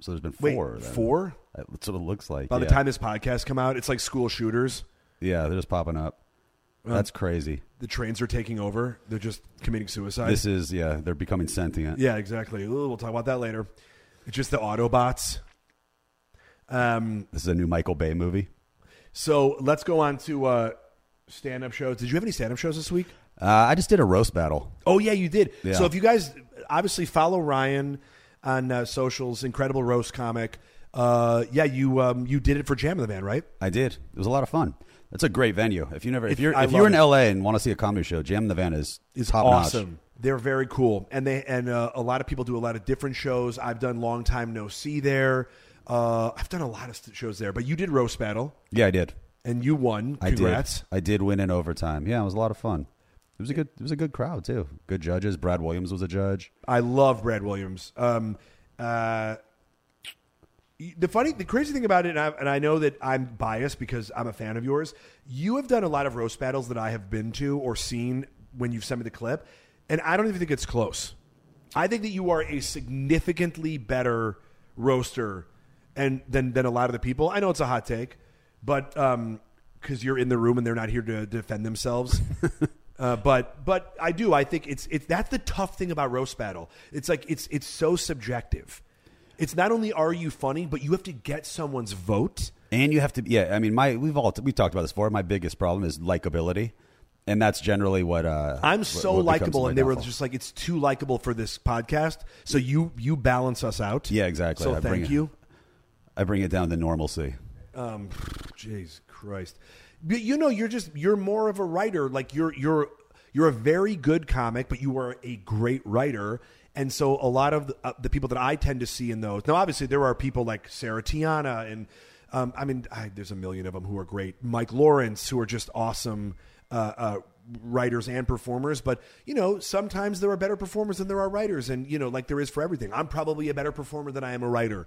Speaker 2: So there's been
Speaker 1: Wait,
Speaker 2: four. then.
Speaker 1: four?
Speaker 2: That's what it looks like.
Speaker 1: By the
Speaker 2: yeah.
Speaker 1: time this podcast come out, it's like school shooters.
Speaker 2: yeah, they're just popping up.
Speaker 1: Um,
Speaker 2: That's crazy.
Speaker 1: The trains are taking over. They're just committing suicide.
Speaker 2: This is yeah, they're becoming sentient.
Speaker 1: yeah, exactly. Ooh, We'll talk about that later. It's just the Autobots. Um,
Speaker 2: This is a new Michael Bay movie.
Speaker 1: so let's go on to uh, stand-up shows. Did you have any stand-up shows this week?
Speaker 2: Uh, I just did a roast battle.
Speaker 1: Oh yeah, you did.
Speaker 2: Yeah.
Speaker 1: So if you guys obviously follow Ryan on uh, socials, incredible roast comic. Uh, yeah, you um, you did it for Jam of the Man, right?
Speaker 2: I did. It was a lot of fun. That's a great venue. If you never, if
Speaker 1: It's-
Speaker 2: you're,
Speaker 1: I
Speaker 2: if you're
Speaker 1: love it.
Speaker 2: in LA and want to see a comedy show, Jam in the Van is
Speaker 1: is
Speaker 2: top
Speaker 1: awesome.
Speaker 2: notch.
Speaker 1: They're very cool, and they and uh, a lot of people do a lot of different shows. I've done long time no see there. Uh, I've done a lot of st- shows there, but you did roast battle
Speaker 2: Yeah, I did.
Speaker 1: and you won.
Speaker 2: I
Speaker 1: Congrats!
Speaker 2: did. I did win in overtime. Yeah, it was a lot of fun. It was a good. It was a good crowd too. Good judges. Brad Williams was a judge.
Speaker 1: I love Brad Williams. Um, uh, the funny, the crazy thing about it, and I, and I know that I'm biased because I'm a fan of yours. You have done a lot of roast battles that I have been to or seen when you've sent me the clip, and I don't even think it's close. I think that you are a significantly better roaster and than than a lot of the people. I know it's a hot take, but um, because you're in the room and they're not here to defend themselves. Uh, but but I do. I think it's it's that's the tough thing about roast battle. It's like it's it's so subjective. It's not only are you funny, but you have to get someone's vote.
Speaker 2: And you have to, yeah. I mean, my we've all we've talked about this before. My biggest problem is likability, and that's generally what uh,
Speaker 1: I'm
Speaker 2: what-
Speaker 1: so
Speaker 2: what becomes
Speaker 1: likable,
Speaker 2: my
Speaker 1: and they were
Speaker 2: downfall.
Speaker 1: just like, "It's too likable for this podcast." So you you balance us out.
Speaker 2: Yeah, exactly.
Speaker 1: So
Speaker 2: I bring
Speaker 1: thank
Speaker 2: it-
Speaker 1: you.
Speaker 2: I bring it down to normalcy.
Speaker 1: Um, Jeez Christ, but you know you're just you're more of a writer. Like you're you're you're a very good comic, but you are a great writer. And so a lot of the, uh, the people that I tend to see in those now, obviously there are people like Sarah Tiana and um, I mean I, there's a million of them who are great. Mike Lawrence who are just awesome. Uh, uh, writers and performers but you know sometimes there are better performers than there are writers and you know like there is for everything i'm probably a better performer than i am a writer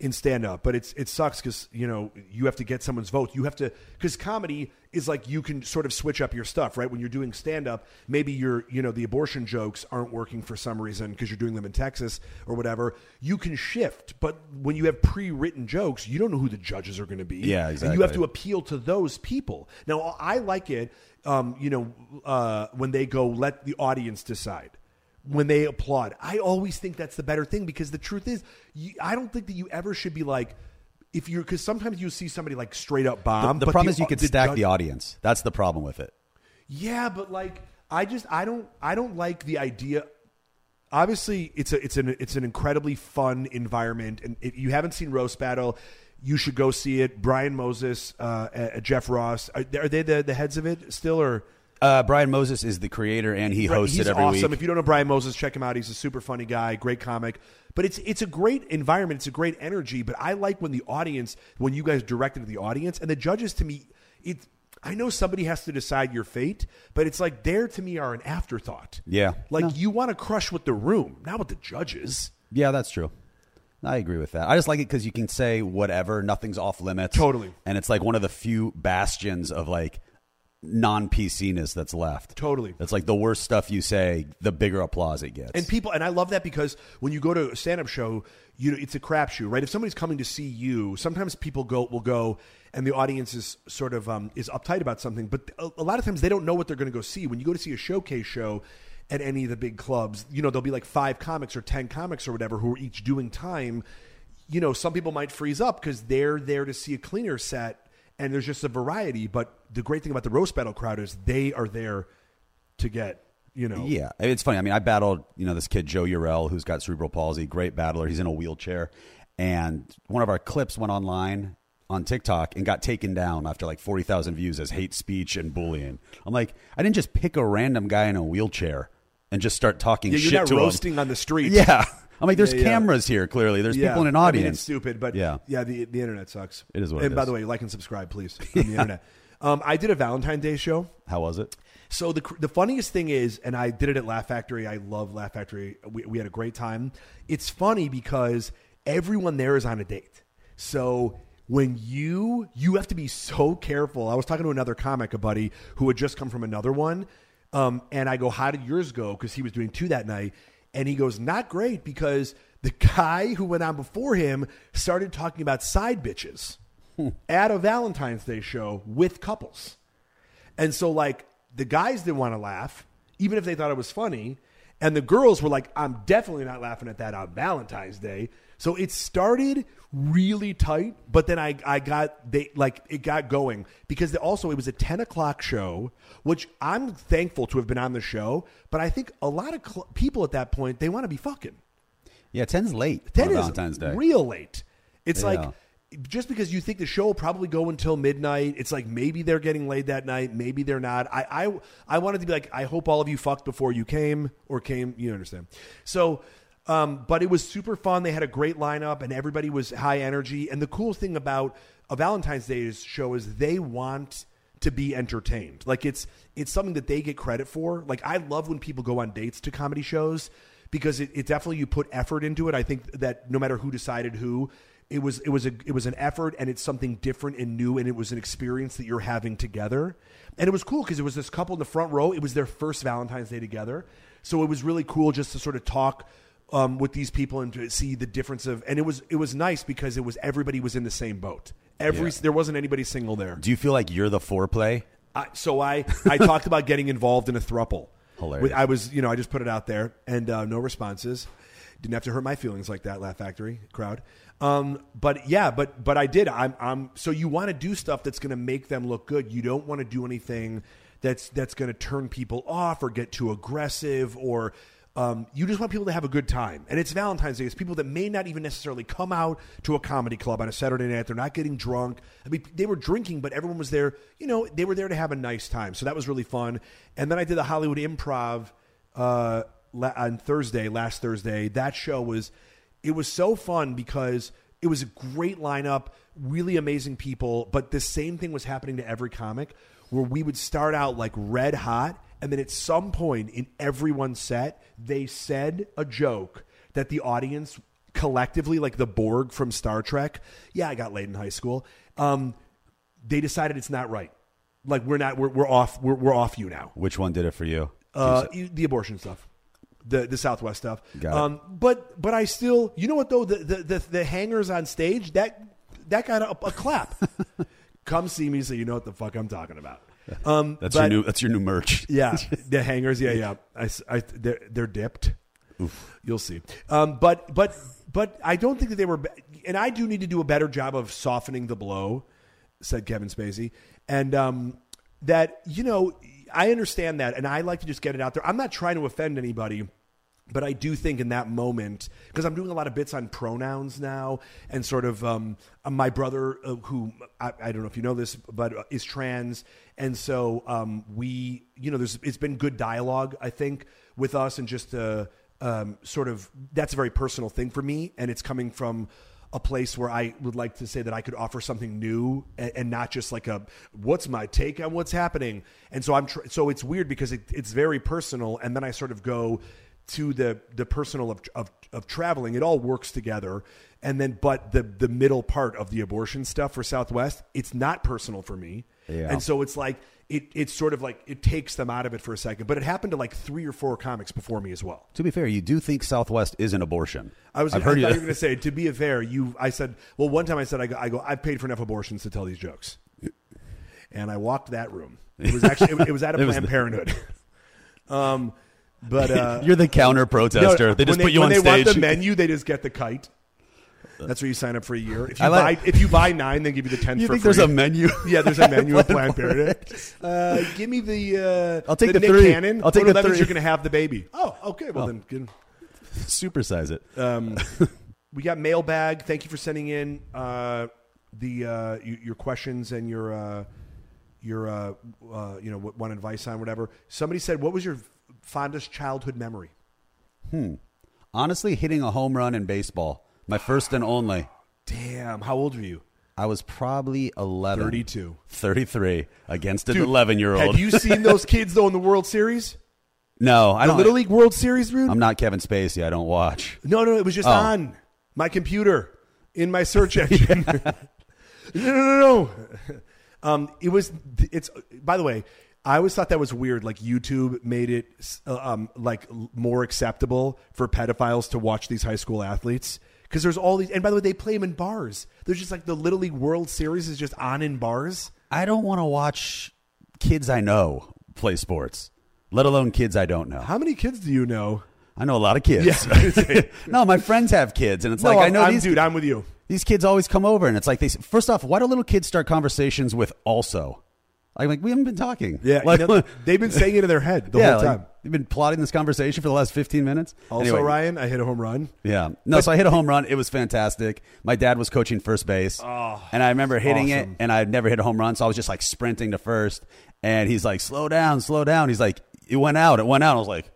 Speaker 1: in stand up but it's it sucks because you know you have to get someone's vote you have to because comedy is like you can sort of switch up your stuff right when you're doing stand up maybe you're you know the abortion jokes aren't working for some reason because you're doing them in texas or whatever you can shift but when you have pre-written jokes you don't know who the judges are going to be
Speaker 2: Yeah,
Speaker 1: and you have
Speaker 2: exactly.
Speaker 1: to appeal to those people now i like it um, you know uh, when they go let the audience decide when they applaud. I always think that's the better thing because the truth is, you, I don't think that you ever should be like, if you're because sometimes you see somebody like straight up bomb.
Speaker 2: the
Speaker 1: Um, but
Speaker 2: problem is you could stack
Speaker 1: judge-
Speaker 2: the audience. That's the problem with it.
Speaker 1: Yeah, but like I just I don't I don't like the idea. Obviously, it's a it's an it's an incredibly fun environment, and if you haven't seen Roast Battle, you should go see it. Brian Moses, uh, uh, Jeff Ross, are, they- are they the, the heads of it still or?
Speaker 2: Uh, Brian Moses is the creator and he hosts
Speaker 1: he's
Speaker 2: it every
Speaker 1: awesome.
Speaker 2: week.
Speaker 1: If you don't know Brian Moses, check him out. He's a super funny guy, great comic. But it's it's a great environment. It's a great energy. But I like when the audience, when you guys direct it to the audience, and the judges to me, it. I know somebody has to decide your fate, but it's like there to me are an afterthought.
Speaker 2: Yeah.
Speaker 1: like
Speaker 2: No.
Speaker 1: you want to crush with the room, not with the judges.
Speaker 2: Yeah, that's true. I agree with that. I just like it because you can say whatever, nothing's off limits.
Speaker 1: Totally.
Speaker 2: And it's like one of the few bastions of like non PC ness that's left.
Speaker 1: Totally.
Speaker 2: It's like the worse stuff you say, the bigger applause it gets.
Speaker 1: And people, and I love that because when you go to a stand-up show, you know it's a crapshoot, right? If somebody's coming to see you, sometimes people go will go, and the audience is sort of um, is uptight about something, but a, a lot of times they don't know what they're going to go see. When you go to see a showcase show at any of the big clubs, you know there'll be like five comics or ten comics or whatever who are each doing time. You know, some people might freeze up because they're there to see a cleaner set, and there's just a variety. But the great thing about the roast battle crowd is they are there to get you know
Speaker 2: Yeah, I mean, it's funny. I mean, I battled you know this kid Joe Urell who's got cerebral palsy, great battler. He's in a wheelchair, and one of our clips went online on TikTok and got taken down after like forty thousand views as hate speech and bullying. I'm like, I didn't just pick a random guy in a wheelchair and just start talking
Speaker 1: Yeah,
Speaker 2: shit
Speaker 1: you're not
Speaker 2: to
Speaker 1: roasting
Speaker 2: him.
Speaker 1: on the street.
Speaker 2: Yeah, I'm like, there's
Speaker 1: Yeah, yeah.
Speaker 2: cameras here. Clearly, there's people in an
Speaker 1: I mean,
Speaker 2: audience.
Speaker 1: it's stupid, but
Speaker 2: yeah,
Speaker 1: yeah, yeah. The, the internet sucks.
Speaker 2: It is what it
Speaker 1: And by
Speaker 2: is.
Speaker 1: the way, like and subscribe, please. On
Speaker 2: [LAUGHS]
Speaker 1: the internet. Um, I did a Valentine's Day show.
Speaker 2: How was it?
Speaker 1: So the cr- the funniest thing is, and I did it at Laugh Factory. I love Laugh Factory. We, we had a great time. It's funny because everyone there is on a date. So when you you have to be so careful. I was talking to another comic, a buddy who had just come from another one, um, and I go, "How did yours go?" Because he was doing two that night, and he goes, "Not great," because the guy who went on before him started talking about side bitches at a Valentine's Day show with couples. And so like the guys didn't want to laugh, even if they thought it was funny. And the girls were like, I'm definitely not laughing at that on Valentine's Day. So it started really tight, but then I, I got they like it got going because the, also it was a 10 o'clock show, which I'm thankful to have been on the show. But I think a lot of cl- people at that point they want to be fucking.
Speaker 2: Yeah, ten's late.
Speaker 1: That
Speaker 2: on
Speaker 1: is
Speaker 2: Valentine's Day.
Speaker 1: real late. It's
Speaker 2: Yeah.
Speaker 1: like just because you think the show will probably go until midnight, it's like maybe they're getting laid that night, maybe they're not. I I I wanted to be like, I hope all of you fucked before you came or came. You understand? So. Um, but it was super fun. They had a great lineup, and everybody was high energy. And the cool thing about a Valentine's Day show is they want to be entertained. Like it's it's something that they get credit for. Like I love when people go on dates to comedy shows because it, it definitely you put effort into it. I think that no matter who decided who, it was it was a it was an effort and it's something different and new and it was an experience that you're having together. And it was cool because it was this couple in the front row. It was their first Valentine's Day together, so it was really cool just to sort of talk. Um, with these people and to see the difference of and it was it was nice because it was everybody was in the same boat every
Speaker 2: Yeah.
Speaker 1: there wasn't anybody single there
Speaker 2: Do you feel like you're the foreplay?
Speaker 1: I, so I I talked about getting involved in a thruple.
Speaker 2: Hilarious.
Speaker 1: With- I was you know I just put it out there and uh, no responses. Didn't have to hurt my feelings like that. Laugh Factory crowd. Um, but yeah, but but I did. I'm I'm so you want to do stuff that's going to make them look good. You don't want to do anything that's that's going to turn people off or get too aggressive or. Um, you just want people to have a good time, and it's Valentine's Day. It's people that may not even necessarily come out to a comedy club on a Saturday night. They're not getting drunk. I mean, they were drinking, but everyone was there. You know, they were there to have a nice time, so that was really fun. And then I did the Hollywood Improv uh, la- on Thursday, last Thursday. That show was, it was so fun because it was a great lineup, really amazing people. But the same thing was happening to every comic, where we would start out like red hot, and then at some point in everyone's set, they said a joke that the audience collectively, like the Borg from Star Trek, yeah, I got laid in high school. Um, they decided it's not right. Like we're not, we're, we're off, we're, we're off you now.
Speaker 2: Which one did it for you?
Speaker 1: Uh, you- the abortion stuff, the the Southwest stuff.
Speaker 2: Got it.
Speaker 1: um, but but I still, you know what though, the the the, the hangers on stage that that got a, a
Speaker 2: [LAUGHS]
Speaker 1: clap. Come see me, so you know what the fuck I'm talking about. Um,
Speaker 2: That's
Speaker 1: but-
Speaker 2: your new. That's your new merch. [LAUGHS]
Speaker 1: yeah, the hangers. Yeah, yeah. I, s- I- they're, they're dipped. You'll see. Um, but but but I don't think that they were. ba- and I do need to do a better job of softening the blow," said Kevin Spacey, and um, that you know I understand that, and I like to just get it out there. I'm not trying to offend anybody. But I do think in that moment, because I'm doing a lot of bits on pronouns now, and sort of um, uh, my brother, uh, who I, I don't know if you know this, but uh, is trans, and so um, we, you know, there's it's been good dialogue, I think, with us, and just uh, um, sort of that's a very personal thing for me, and it's coming from a place where I would like to say that I could offer something new and, and not just like a what's my take on what's happening. And so I'm tr- so it's weird because it, it's very personal, and then I sort of go to the the personal of, of of traveling. It all works together, and then but the the middle part of the abortion stuff for Southwest, it's not personal for me, and so it's like. It, it's sort of like it takes them out of it for a second, but it happened to like three or four comics before me as well.
Speaker 2: To be fair, you do think Southwest is an abortion.
Speaker 1: I was.
Speaker 2: I've
Speaker 1: I
Speaker 2: heard
Speaker 1: thought you were
Speaker 2: you.
Speaker 1: going to say, to be fair, you. I said, well, one time I said, I go, I go, I've paid for enough abortions to tell these jokes, and I walked that room. It was actually, it, was at a
Speaker 2: [LAUGHS] It was
Speaker 1: Planned
Speaker 2: the-
Speaker 1: Parenthood. [LAUGHS] um, but
Speaker 2: [LAUGHS]
Speaker 1: uh,
Speaker 2: You're the counter
Speaker 1: no,
Speaker 2: protester. they
Speaker 1: when
Speaker 2: just put you
Speaker 1: when
Speaker 2: on
Speaker 1: they
Speaker 2: stage.
Speaker 1: want the menu, they just get the kite. That's where you sign up for a year. If you
Speaker 2: I like-
Speaker 1: buy, if you buy nine, they give you the tenth.
Speaker 2: you
Speaker 1: for
Speaker 2: think
Speaker 1: free.
Speaker 2: there's a menu?
Speaker 1: [LAUGHS] Yeah, there's a menu
Speaker 2: [LAUGHS]
Speaker 1: at Planned Parenthood. Uh, give me the. Uh,
Speaker 2: I'll take the
Speaker 1: Nick
Speaker 2: three.
Speaker 1: Cannon.
Speaker 2: I'll take
Speaker 1: Oh, no,
Speaker 2: the
Speaker 1: that means
Speaker 2: three.
Speaker 1: You're going to have the baby. Oh, okay. Well, then. Get,
Speaker 2: [LAUGHS] Supersize it.
Speaker 1: um, we got mailbag. Thank you for sending in uh, the uh, y- your questions and your uh, your uh, uh, you know what one advice on whatever. Somebody said, "What was your fondest childhood memory?"
Speaker 2: Honestly, hitting a home run in baseball, my first and only.
Speaker 1: Damn, how old were you?
Speaker 2: I was probably 11.
Speaker 1: 32.
Speaker 2: 33 against an 11 year old.
Speaker 1: Have you seen those kids though in the World Series,
Speaker 2: no, I
Speaker 1: the
Speaker 2: don't.
Speaker 1: Little League World Series, dude?
Speaker 2: I'm not Kevin Spacey. I don't watch.
Speaker 1: No, no, it was just
Speaker 2: Oh.
Speaker 1: on my computer in my
Speaker 2: [LAUGHS]
Speaker 1: search engine. [LAUGHS] no, no, no, no. Um, it was. It's. By the way, I always thought that was weird. Like YouTube made it uh, um, like l- more acceptable for pedophiles to watch these high school athletes because there's all these. And by the way, they play them in bars. There's just like the Little League World Series is just on in bars.
Speaker 2: I don't want to watch kids I know play sports, let alone kids I don't know.
Speaker 1: How many kids do you know?
Speaker 2: I know a lot of kids.
Speaker 1: Yeah, I was gonna say.
Speaker 2: [LAUGHS] no, my friends have kids, and it's
Speaker 1: No,
Speaker 2: like I know
Speaker 1: I'm-
Speaker 2: these
Speaker 1: dude. I'm with you.
Speaker 2: these kids always come over, and it's like they s- first off, why do little kids start conversations with also? I'm like, we haven't been talking.
Speaker 1: Yeah,
Speaker 2: like,
Speaker 1: you
Speaker 2: [LAUGHS]
Speaker 1: know, they've been saying it in their head the
Speaker 2: yeah,
Speaker 1: whole
Speaker 2: like,
Speaker 1: time.
Speaker 2: you've been plotting this conversation for the last 15 minutes.
Speaker 1: also,
Speaker 2: Anyway,
Speaker 1: Ryan, I hit a home run.
Speaker 2: Yeah. No, so I hit a home run. It was fantastic. My dad was coaching first base.
Speaker 1: Oh,
Speaker 2: and I remember hitting it, and I'd never hit a home run. So I was just like sprinting to first. And he's like, slow down, slow down. He's like, it went out, it went out. I was like,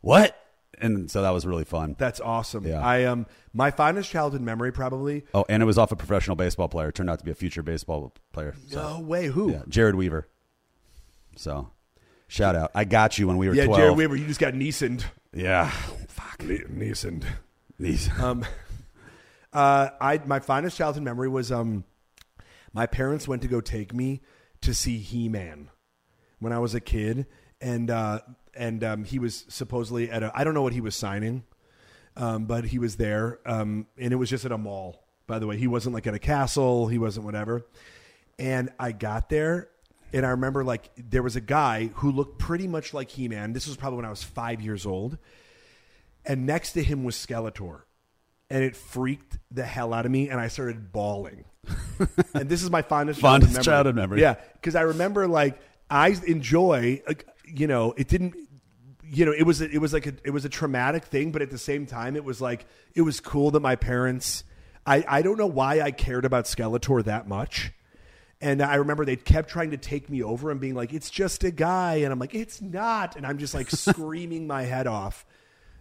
Speaker 2: what? And so that was really fun.
Speaker 1: That's awesome.
Speaker 2: Yeah.
Speaker 1: I um my fondest childhood memory probably.
Speaker 2: oh, and it was off a professional baseball player. It turned out to be a future baseball player. So,
Speaker 1: No way. Who?
Speaker 2: yeah, Jared Weaver. So shout out. I got you when we were
Speaker 1: Yeah,
Speaker 2: 12.
Speaker 1: Jared Weaver. You just got Neesoned.
Speaker 2: Yeah.
Speaker 1: Fuck. Neesoned.
Speaker 2: These-
Speaker 1: Um, uh, I my finest childhood memory was um, my parents went to go take me to see He Man when I was a kid, and uh, and um, he was supposedly at a I don't know what he was signing, um, but he was there, um, and it was just at a mall. By the way, he wasn't like at a castle. He wasn't whatever. And I got there, and I remember like there was a guy who looked pretty much like He Man. This was probably when I was five years old and next to him was Skeletor. And it freaked the hell out of me, and I started bawling. [LAUGHS] and this is my fondest,
Speaker 2: Fondest
Speaker 1: childhood memory.
Speaker 2: childhood memory.
Speaker 1: Yeah, because I remember like I enjoy, like, you know, it didn't, you know, it was it was like a, it was a traumatic thing, but at the same time, it was like it was cool that my parents. I I don't know why I cared about Skeletor that much. And I remember they kept trying to take me over and being like, "It's just a guy," and I'm like, "It's not," and I'm just
Speaker 2: [LAUGHS]
Speaker 1: like screaming my head off.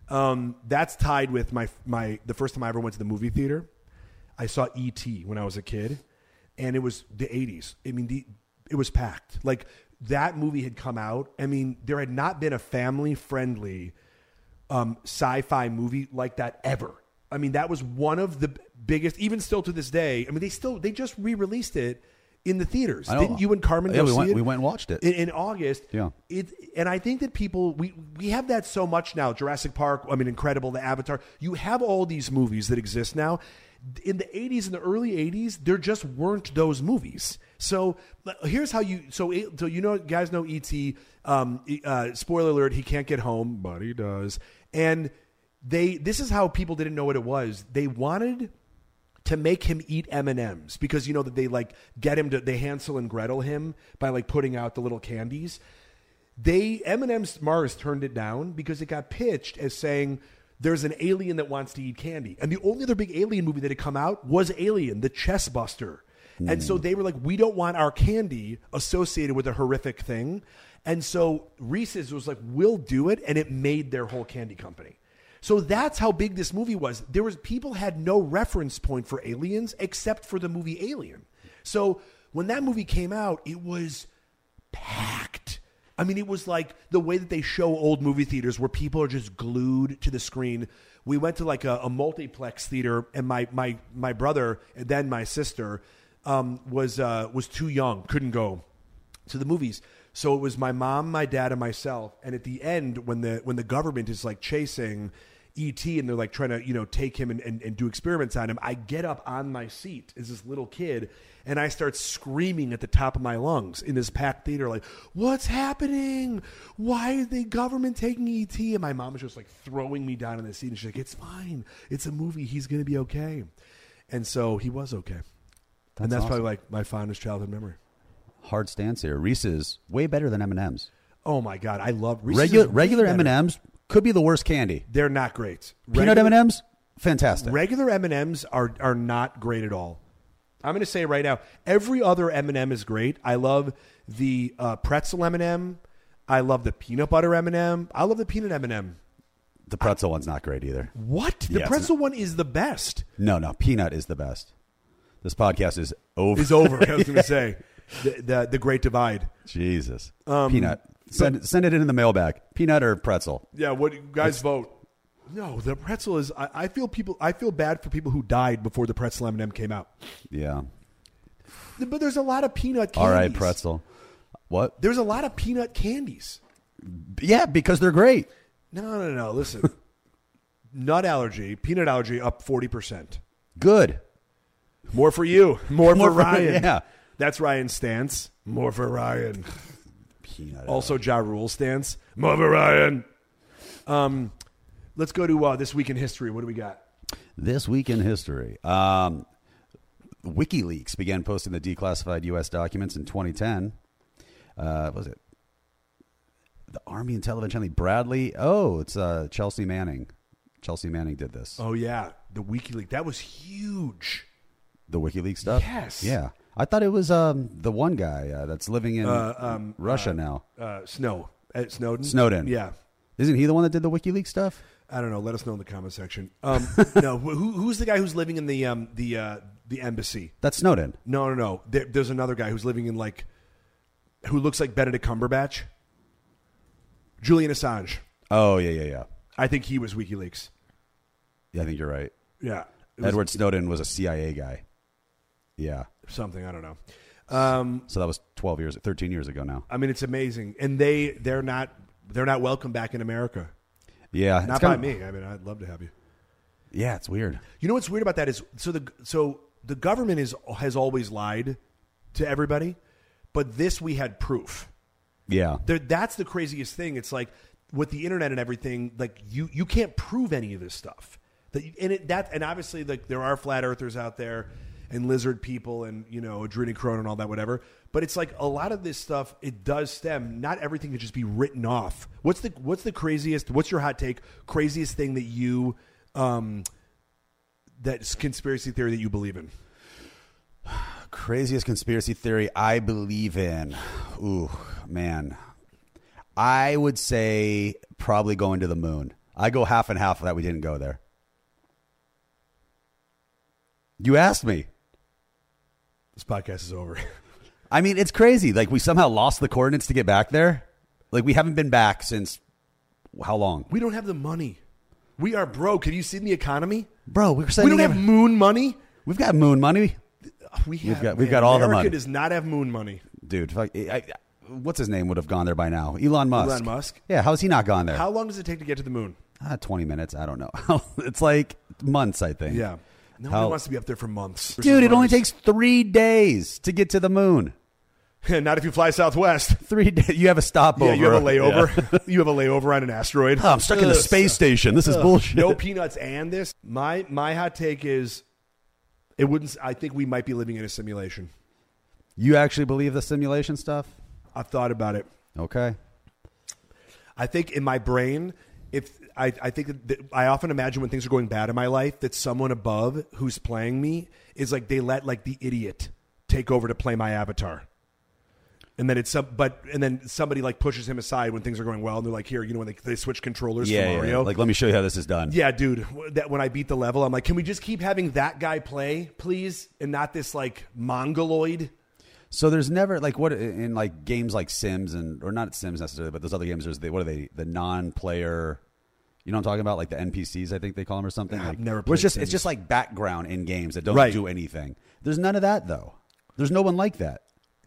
Speaker 1: Um, that's tied with my my the first time I ever went to the movie theater. I saw E.T. when I was a kid, and it was the '80s. I mean, the, it was packed. Like that movie had come out. I mean, there had not been a family friendly um, sci-fi movie like that ever. I mean, that was one of the biggest, even still to this day. I mean, they still they just re-released it in the theaters.
Speaker 2: I know. Oh,
Speaker 1: Didn't you and Carmen?
Speaker 2: Yeah,
Speaker 1: go
Speaker 2: we
Speaker 1: see
Speaker 2: went-
Speaker 1: it?
Speaker 2: we went and watched it.
Speaker 1: in, in August.
Speaker 2: Yeah.
Speaker 1: It and I think that people we we have that so much now. Jurassic Park, I mean, Incredible, The Avatar. You have all these movies that exist now. In the '80s, in the early '80s, there just weren't those movies. So but here's how you so it- so you know guys know ET. Um, e- uh, spoiler alert: he can't get home, but he does. And they this is how people didn't know what it was. They wanted to make him eat M and M's because you know that they like get him to they Hansel and Gretel him by like putting out the little candies. They M and M's Mars turned it down because it got pitched as saying there's an alien that wants to eat candy, and the only other big alien movie that had come out was Alien, the Chess Buster. And so they were like, we don't want our candy associated with a horrific thing. And so Reese's was like, we'll do it. And it made their whole candy company. So that's how big this movie was. There was people had no reference point for aliens except for the movie Alien. So when that movie came out, it was packed. I mean, it was like the way that they show old movie theaters where people are just glued to the screen. We went to like a, a multiplex theater, and my my my brother, and then my sister, um, was uh, was too young, couldn't go to the movies. So it was my mom, my dad, and myself. And at the end, when the when the government is like chasing ET and they're like trying to you know take him and, and, and do experiments on him, I get up on my seat as this little kid and I start screaming at the top of my lungs in this packed theater, like, "What's happening? Why is the government taking ET?" And my mom is just like throwing me down in the seat and she's like, "It's fine. It's a movie. He's gonna be okay." And so he was okay. and that's probably like my fondest childhood memory.
Speaker 2: Hard stance here. Reese's way better than M and M's.
Speaker 1: Oh my god, I love Reese's is
Speaker 2: Regular
Speaker 1: way
Speaker 2: regular M
Speaker 1: better.
Speaker 2: and M's could be the worst candy.
Speaker 1: They're not great.
Speaker 2: Peanut M and M's, fantastic.
Speaker 1: Regular M and M's are are not great at all. I'm going to say right now, every other M and m is great. I love the uh, pretzel M and m I love the peanut butter M and m I love the peanut M and m
Speaker 2: the pretzel one's not great either.
Speaker 1: What the
Speaker 2: Yeah, it's
Speaker 1: pretzel one is the best.
Speaker 2: No, no, peanut is the best. This podcast is over.
Speaker 1: Is over. I was [LAUGHS] going to say the, the the great divide.
Speaker 2: Jesus.
Speaker 1: um,
Speaker 2: peanut. Send, send it in the mailbag. Peanut or pretzel.
Speaker 1: Yeah, what you guys vote? No, the pretzel is. I, I feel people. I feel bad for people who died before the pretzel M and m came out.
Speaker 2: Yeah.
Speaker 1: But there's a lot of peanut. candies.
Speaker 2: All right, pretzel. What?
Speaker 1: There's a lot of peanut candies.
Speaker 2: Yeah, because they're great.
Speaker 1: No, no, no.
Speaker 2: [LAUGHS]
Speaker 1: Listen, nut allergy, peanut allergy up 40%.
Speaker 2: Good.
Speaker 1: More for you. More,
Speaker 2: More
Speaker 1: for
Speaker 2: for-
Speaker 1: Ryan.
Speaker 2: yeah.
Speaker 1: That's Ryan's stance. More for Ryan.
Speaker 2: Peanut.
Speaker 1: Also, Ja Rule stance. More for Ryan. Um, let's go to uh, This Week in History. What do we got?
Speaker 2: This week in history, um, WikiLeaks began posting the declassified U.S. documents in 2010. Uh, what was it the Army intelligence Channel? Bradley? Oh, it's uh, Chelsea Manning. Chelsea Manning did this.
Speaker 1: Oh, yeah. The WikiLeaks. That was huge.
Speaker 2: The WikiLeaks stuff.
Speaker 1: Yes.
Speaker 2: Yeah, I thought it was um, the one guy uh, that's living in Russia now.
Speaker 1: um, Uh, Snow. At Snowden.
Speaker 2: Snowden.
Speaker 1: Yeah.
Speaker 2: Isn't he the one that did the WikiLeaks stuff?
Speaker 1: I don't know. Let us know in the comment section.
Speaker 2: [LAUGHS]
Speaker 1: Um, no, who, who's the guy who's living in the um, the uh, the embassy?
Speaker 2: That's Snowden.
Speaker 1: No, no, no. There, there's another guy who's living in like, who looks like Benedict Cumberbatch. Julian Assange.
Speaker 2: Oh yeah, yeah, yeah.
Speaker 1: I think he was WikiLeaks.
Speaker 2: Yeah, I think you're right.
Speaker 1: Yeah, it was
Speaker 2: Edward Snowden was a CIA guy. Yeah.
Speaker 1: something I don't know. Um,
Speaker 2: So that was 12 years, 13 years ago now.
Speaker 1: I mean, it's amazing, and they they're not they're not welcome back in America.
Speaker 2: Yeah. it's
Speaker 1: Not by
Speaker 2: kinda-
Speaker 1: me. I mean, I'd love to have you.
Speaker 2: Yeah, it's weird.
Speaker 1: You know what's weird about that is so the so the government is has always lied to everybody, but this we had proof.
Speaker 2: Yeah.
Speaker 1: there, that's the craziest thing. It's like with the internet and everything, like you you can't prove any of this stuff. That you- and it, that and obviously like there are flat earthers out there and lizard people and you know adrenochrome and all that whatever. But it's like a lot of this stuff. It does stem. Not everything can just be written off. What's the what's the craziest? What's your hot take? Craziest thing that you um that conspiracy theory that you believe in?
Speaker 2: Craziest conspiracy theory I believe in. Ooh, man. I would say probably going to the moon. I go half and half that we didn't go there. You asked me.
Speaker 1: This podcast is over. [LAUGHS]
Speaker 2: I mean, it's crazy. Like we somehow lost the coordinates to get back there. Like we haven't been back since how long?
Speaker 1: we don't have the money. We are broke. Have you seen the economy?
Speaker 2: Bro, we were
Speaker 1: We
Speaker 2: sending
Speaker 1: don't have
Speaker 2: every-
Speaker 1: moon money.
Speaker 2: We've got moon money.
Speaker 1: We have,
Speaker 2: got- we've got all the
Speaker 1: America
Speaker 2: money.
Speaker 1: does not have moon money.
Speaker 2: dude. Fuck, I, I, what's his name would have gone there by now? Elon Musk.
Speaker 1: Elon Musk?
Speaker 2: Yeah, how's he not gone there?
Speaker 1: How long does it take to get to the moon?
Speaker 2: Ah, Twenty minutes? I don't know. [LAUGHS] it's like months, I think.
Speaker 1: Yeah, no
Speaker 2: How-
Speaker 1: one wants to be up there for months,
Speaker 2: dude, it only takes three days to get to the moon.
Speaker 1: [LAUGHS] not if you fly Southwest.
Speaker 2: Three days. You have a stopover.
Speaker 1: Yeah, you have a
Speaker 2: [LAUGHS] Yeah.
Speaker 1: layover. [LAUGHS] you have a layover on an asteroid.
Speaker 2: Oh, I'm stuck in the
Speaker 1: Ugh.
Speaker 2: space station. This is bullshit.
Speaker 1: No peanuts and this. My my hot take is It wouldn't. I think we might be living in a simulation.
Speaker 2: You actually believe the simulation stuff?
Speaker 1: I've thought about it.
Speaker 2: Okay.
Speaker 1: I think in my brain, if I, I think that I often imagine when things are going bad in my life that someone above who's playing me is like they let like the idiot take over to play my avatar. And then it's some, but and then somebody like pushes him aside when things are going well, and they're like, "Here, you know, when they, they switch controllers for Mario,
Speaker 2: Like, let me show you how this is done.
Speaker 1: yeah, dude, w- that when I beat the level, I'm like, can we just keep having that guy play, please, and not this like mongoloid?
Speaker 2: So there's never like what in like games like Sims and or not Sims necessarily, but those other games. There's the, what are they? The non-player. You know what I'm talking about? Like the NPCs, I think they call them or something.
Speaker 1: I've
Speaker 2: Like,
Speaker 1: never
Speaker 2: where it's
Speaker 1: played
Speaker 2: just
Speaker 1: Sims.
Speaker 2: it's just like background in games that don't
Speaker 1: Right.
Speaker 2: do anything. There's none of that though. There's no one like that.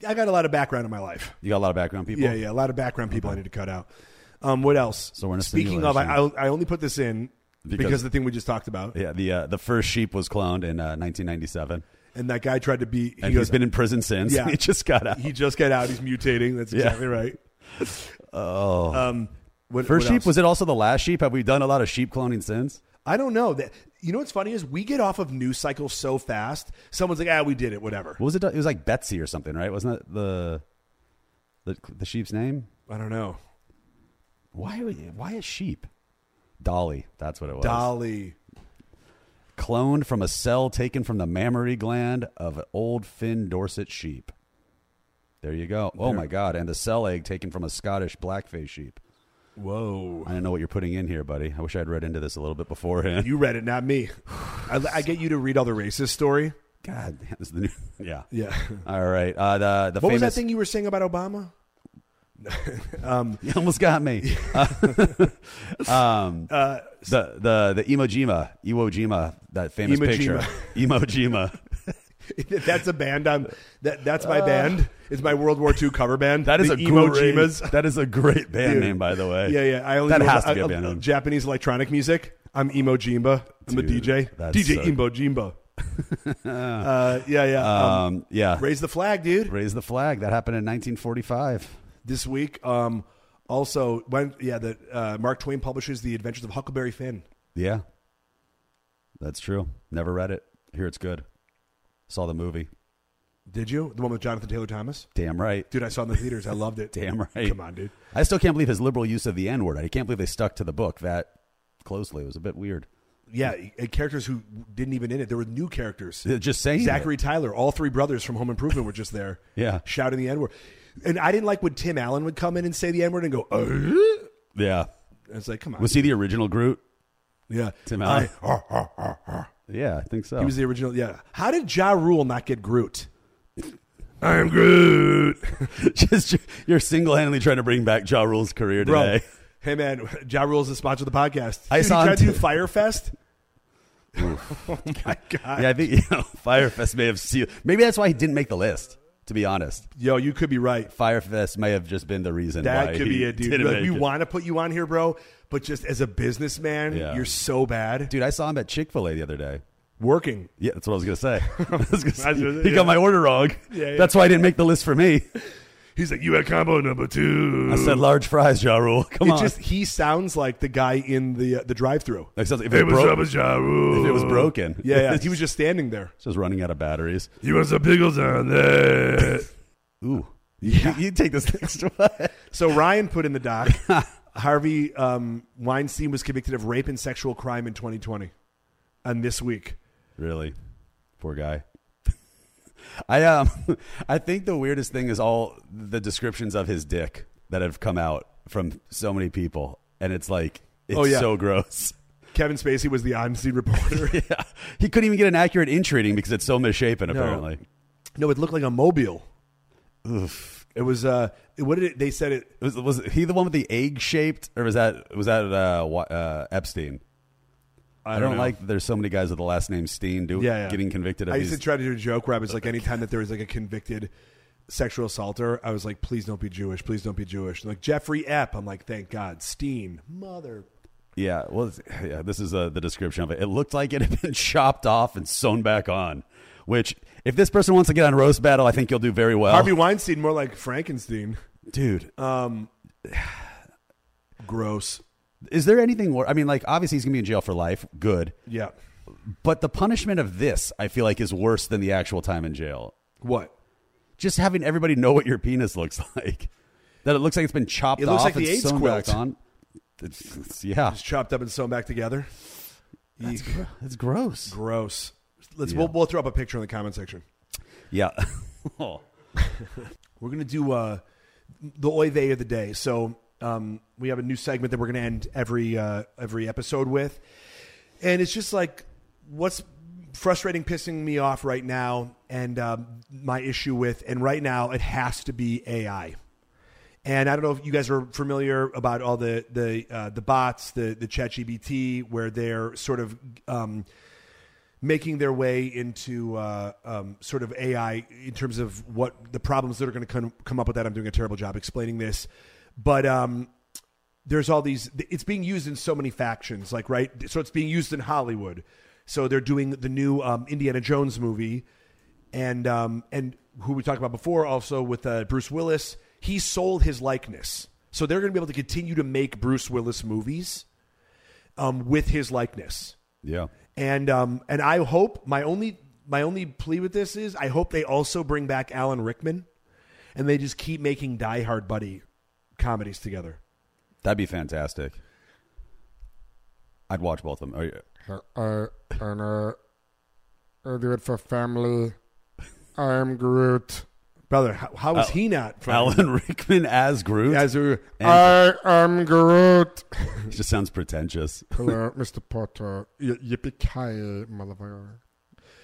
Speaker 1: I got a lot of background in my life.
Speaker 2: You got a lot of background people.
Speaker 1: Yeah, yeah, a lot of background people I need to cut out. Um, what else?
Speaker 2: So we're in a
Speaker 1: Speaking of, I,
Speaker 2: simulation.
Speaker 1: I I only put this in because,
Speaker 2: Because-
Speaker 1: of the thing we just talked about,
Speaker 2: Yeah, the uh, the first sheep was cloned in uh, 1997,
Speaker 1: and that guy tried to be. He
Speaker 2: and
Speaker 1: goes,
Speaker 2: he's been in prison since.
Speaker 1: Yeah.
Speaker 2: [LAUGHS] he just got
Speaker 1: [LAUGHS]
Speaker 2: out.
Speaker 1: he just got out. He's mutating. That's exactly
Speaker 2: [LAUGHS]
Speaker 1: right. Oh, um, what,
Speaker 2: first
Speaker 1: what
Speaker 2: sheep
Speaker 1: else?
Speaker 2: was it also the last sheep? Have we done a lot of sheep cloning since?
Speaker 1: I don't know that. You know what's funny is we get off of news cycles so fast. Someone's like, ah, we did it, whatever.
Speaker 2: What was it? It was like Betsy or something, right? Wasn't that the the, the sheep's name?
Speaker 1: I don't know.
Speaker 2: Why? would- Why a sheep? Dolly. That's what it was.
Speaker 1: Dolly.
Speaker 2: Cloned from a cell taken from the mammary gland of an old Finn Dorset sheep. There you go. Oh my God! And a cell egg taken from a Scottish blackface sheep.
Speaker 1: Whoa.
Speaker 2: I don't know what you're putting in here, buddy. I wish I'd read into this a little bit beforehand.
Speaker 1: You read it, not
Speaker 2: [SIGHS]
Speaker 1: me. I, I get you to read all the racist story.
Speaker 2: [LAUGHS] God, damn, this is the new. [LAUGHS] Yeah.
Speaker 1: Yeah.
Speaker 2: All right. Uh, the the
Speaker 1: What was
Speaker 2: famous.
Speaker 1: that thing you were saying about Obama?
Speaker 2: [LAUGHS] You almost got me. Uh, [LAUGHS]
Speaker 1: [LAUGHS]
Speaker 2: um, the the the Iwo Jima, Iwo Jima, that famous
Speaker 1: Iwo
Speaker 2: picture, Iwo Jima.
Speaker 1: [LAUGHS] that's a band. I'm. That, that's my band. It's my World War II cover band.
Speaker 2: Uh. That is
Speaker 1: the
Speaker 2: a
Speaker 1: Emo
Speaker 2: great,
Speaker 1: Jimas.
Speaker 2: [LAUGHS] That is a great band
Speaker 1: Dude.
Speaker 2: name, by the way.
Speaker 1: Yeah, yeah. I only
Speaker 2: that
Speaker 1: know
Speaker 2: has
Speaker 1: I-
Speaker 2: to be a
Speaker 1: I-
Speaker 2: band name.
Speaker 1: Japanese electronic music. I'm Emo Jimba. I'm a
Speaker 2: Dude,
Speaker 1: DJ.
Speaker 2: that's
Speaker 1: DJ
Speaker 2: so-
Speaker 1: Emo
Speaker 2: [LAUGHS]
Speaker 1: Jimba. uh, yeah, yeah. Um,
Speaker 2: Um, yeah. Raise,
Speaker 1: raise the flag, dude.
Speaker 2: the flag. That happened in 1945.
Speaker 1: This week. Um, also, when yeah, the uh, Mark Twain publishes the Adventures of Huckleberry Finn.
Speaker 2: Yeah, that's true. Never read it. Here it's good. Saw the movie.
Speaker 1: Did you the one with Jonathan Taylor Thomas?
Speaker 2: Damn right.
Speaker 1: Dude, I saw it in the theaters. I loved it.
Speaker 2: [LAUGHS] Damn right.
Speaker 1: Come on, dude.
Speaker 2: I still can't believe his liberal use of the N word. I can't believe they stuck to the book that closely. It was a bit weird.
Speaker 1: Yeah, and characters who didn't even in it. There were new characters.
Speaker 2: They're Just saying it.
Speaker 1: Zachary Tyler, all three brothers from Home Improvement were just there.
Speaker 2: [LAUGHS] Yeah.
Speaker 1: Shouting the N word. And I didn't like when Tim Allen would come in and say the N word and go, "Uh?"
Speaker 2: Yeah.
Speaker 1: And it's like, come on.
Speaker 2: Was he the original Groot?
Speaker 1: yeah.
Speaker 2: Tim
Speaker 1: I-
Speaker 2: Allen. Yeah, I think
Speaker 1: [LAUGHS]
Speaker 2: so.
Speaker 1: he was the original. Yeah. How did Ja Rule not get Groot?
Speaker 3: I am Groot.
Speaker 2: [LAUGHS] Just you're single-handedly trying to bring back Ja Rule's career
Speaker 1: Bro.
Speaker 2: today.
Speaker 1: [LAUGHS] Hey, man. Ja Rule's the sponsor of the podcast.
Speaker 2: I
Speaker 1: Dude,
Speaker 2: saw
Speaker 1: he
Speaker 2: him
Speaker 1: tried to do
Speaker 2: t-
Speaker 1: Firefest. [LAUGHS] oh, my God.
Speaker 2: Yeah, I think [LAUGHS] you know Firefest may have sealed. Maybe that's why he didn't make the list. To be honest,
Speaker 1: Yo, you could be right.
Speaker 2: Firefest may have just been the reason.
Speaker 1: That
Speaker 2: why
Speaker 1: could
Speaker 2: he
Speaker 1: be it, dude.
Speaker 2: didn't
Speaker 1: Like,
Speaker 2: make
Speaker 1: we
Speaker 2: it.
Speaker 1: want to put you on here, bro, but just as a businessman,
Speaker 2: Yeah.
Speaker 1: you're so bad.
Speaker 2: dude. I saw him at Chick Fil A the other day.
Speaker 1: Working.
Speaker 2: Yeah, that's what I was
Speaker 3: [LAUGHS]
Speaker 2: gonna say. [LAUGHS] I was gonna say,
Speaker 1: I was gonna-
Speaker 2: he
Speaker 1: yeah.
Speaker 2: got my order wrong.
Speaker 1: Yeah, yeah.
Speaker 2: That's why he didn't make the list for me.
Speaker 3: [LAUGHS] He's like, you had combo number two.
Speaker 2: I said large fries, Ja Rule. [LAUGHS] Come
Speaker 1: It
Speaker 2: on.
Speaker 1: just he sounds like the guy in the uh, the drive-through.
Speaker 2: Like, sounds- if,
Speaker 3: Hey,
Speaker 2: it
Speaker 3: what's
Speaker 2: broke,
Speaker 3: up, it's Ja
Speaker 2: if
Speaker 3: Rule.
Speaker 2: it was broken,
Speaker 1: Yeah,
Speaker 2: [LAUGHS]
Speaker 1: yeah. he was just standing there.
Speaker 2: just running out of batteries.
Speaker 3: You want some pickles on that?
Speaker 2: [LAUGHS] Ooh, you, you take this [LAUGHS] next one.
Speaker 1: So Ryan put in the
Speaker 2: [LAUGHS]
Speaker 1: doc. Harvey um, Weinstein was convicted of rape and sexual crime in 2020, and this week,
Speaker 2: Really, poor guy. [LAUGHS] I um, [LAUGHS] I think the weirdest thing is all the descriptions of his dick that have come out from so many people, and it's like it's
Speaker 1: Oh, yeah.
Speaker 2: so gross. [LAUGHS]
Speaker 1: Kevin Spacey was the on-scene reporter.
Speaker 2: yeah, he couldn't even get an accurate inch reading because it's so misshapen. Apparently,
Speaker 1: no, it looked like a mobile. It was. Uh, what did it, they said? It
Speaker 2: was was he the one with the egg shaped, or was that was that uh, Wa- uh Epstein? I, don't,
Speaker 1: know.
Speaker 2: like. There's so many guys with the last name Steen do
Speaker 1: Yeah, yeah.
Speaker 2: getting convicted of
Speaker 1: I
Speaker 2: these.
Speaker 1: used to try to do a joke where I was like, anytime that there was like a convicted sexual assaulter, I was like, please don't be Jewish, please don't be Jewish. And like Jeffrey Epp, I'm like, thank God, Steen, mother.
Speaker 2: Yeah, well, it's- [SIGHS] yeah, this is uh, the description of it. It looked like it had been [LAUGHS] chopped off and sewn back on, which, if this person wants to get on roast battle, I think you'll do very well.
Speaker 1: Harvey Weinstein, more like Frankenstein.
Speaker 2: Dude, uh,
Speaker 1: Gross.
Speaker 2: is there anything? Wor- I mean, like, obviously he's gonna be in jail for life. Good.
Speaker 1: Yeah.
Speaker 2: But the punishment of this, I feel like, is worse than the actual time in jail.
Speaker 1: What?
Speaker 2: Just having everybody know what your penis looks [LAUGHS] like. That it looks like it's been chopped
Speaker 1: It looks
Speaker 2: off
Speaker 1: like
Speaker 2: and
Speaker 1: the AIDS
Speaker 2: sewn back
Speaker 1: quilt.
Speaker 2: on. It's- it's- yeah,
Speaker 1: It's chopped up and sewn back together. Eek.
Speaker 2: it's gross.
Speaker 1: Gross. Let's we'll, we'll throw up a picture in the comment section.
Speaker 2: Yeah. [LAUGHS] Oh.
Speaker 1: We're gonna do uh, the oy vey of the day. So um, we have a new segment that we're gonna end every uh, every episode with, and it's just like what's frustrating, pissing me off right now, and um, my issue with, and right now it has to be AI. And I don't know if you guys are familiar about all the the uh, the bots, the the ChatGPT, where they're sort of um, making their way into uh, um, sort of AI in terms of what the problems that are going to come, come up with that. I'm doing a terrible job explaining this, but um, there's all these. It's being used in so many factions, like right. So it's being used in Hollywood. So they're doing the new um, Indiana Jones movie, and um, and who we talked about before, also with uh, Bruce Willis. He sold his likeness, so they're going to be able to continue to make Bruce Willis movies um, with his likeness
Speaker 2: yeah.
Speaker 1: and um, and I hope my only my only plea with this is I hope they also bring back Alan Rickman, and they just keep making Die Hard buddy comedies together.
Speaker 2: That'd be fantastic. I'd watch both of them. Oh, yeah.
Speaker 5: I and uh, I do it for family. I am Groot.
Speaker 1: Brother, how, how
Speaker 2: Oh.
Speaker 1: is he not? From, [LAUGHS]
Speaker 2: Alan [LAUGHS] Rickman as Groot.
Speaker 1: as a,
Speaker 5: I am Groot. [LAUGHS]
Speaker 2: It just sounds pretentious.
Speaker 5: Hello, Mr. Potter. Y- yippee ki motherfucker.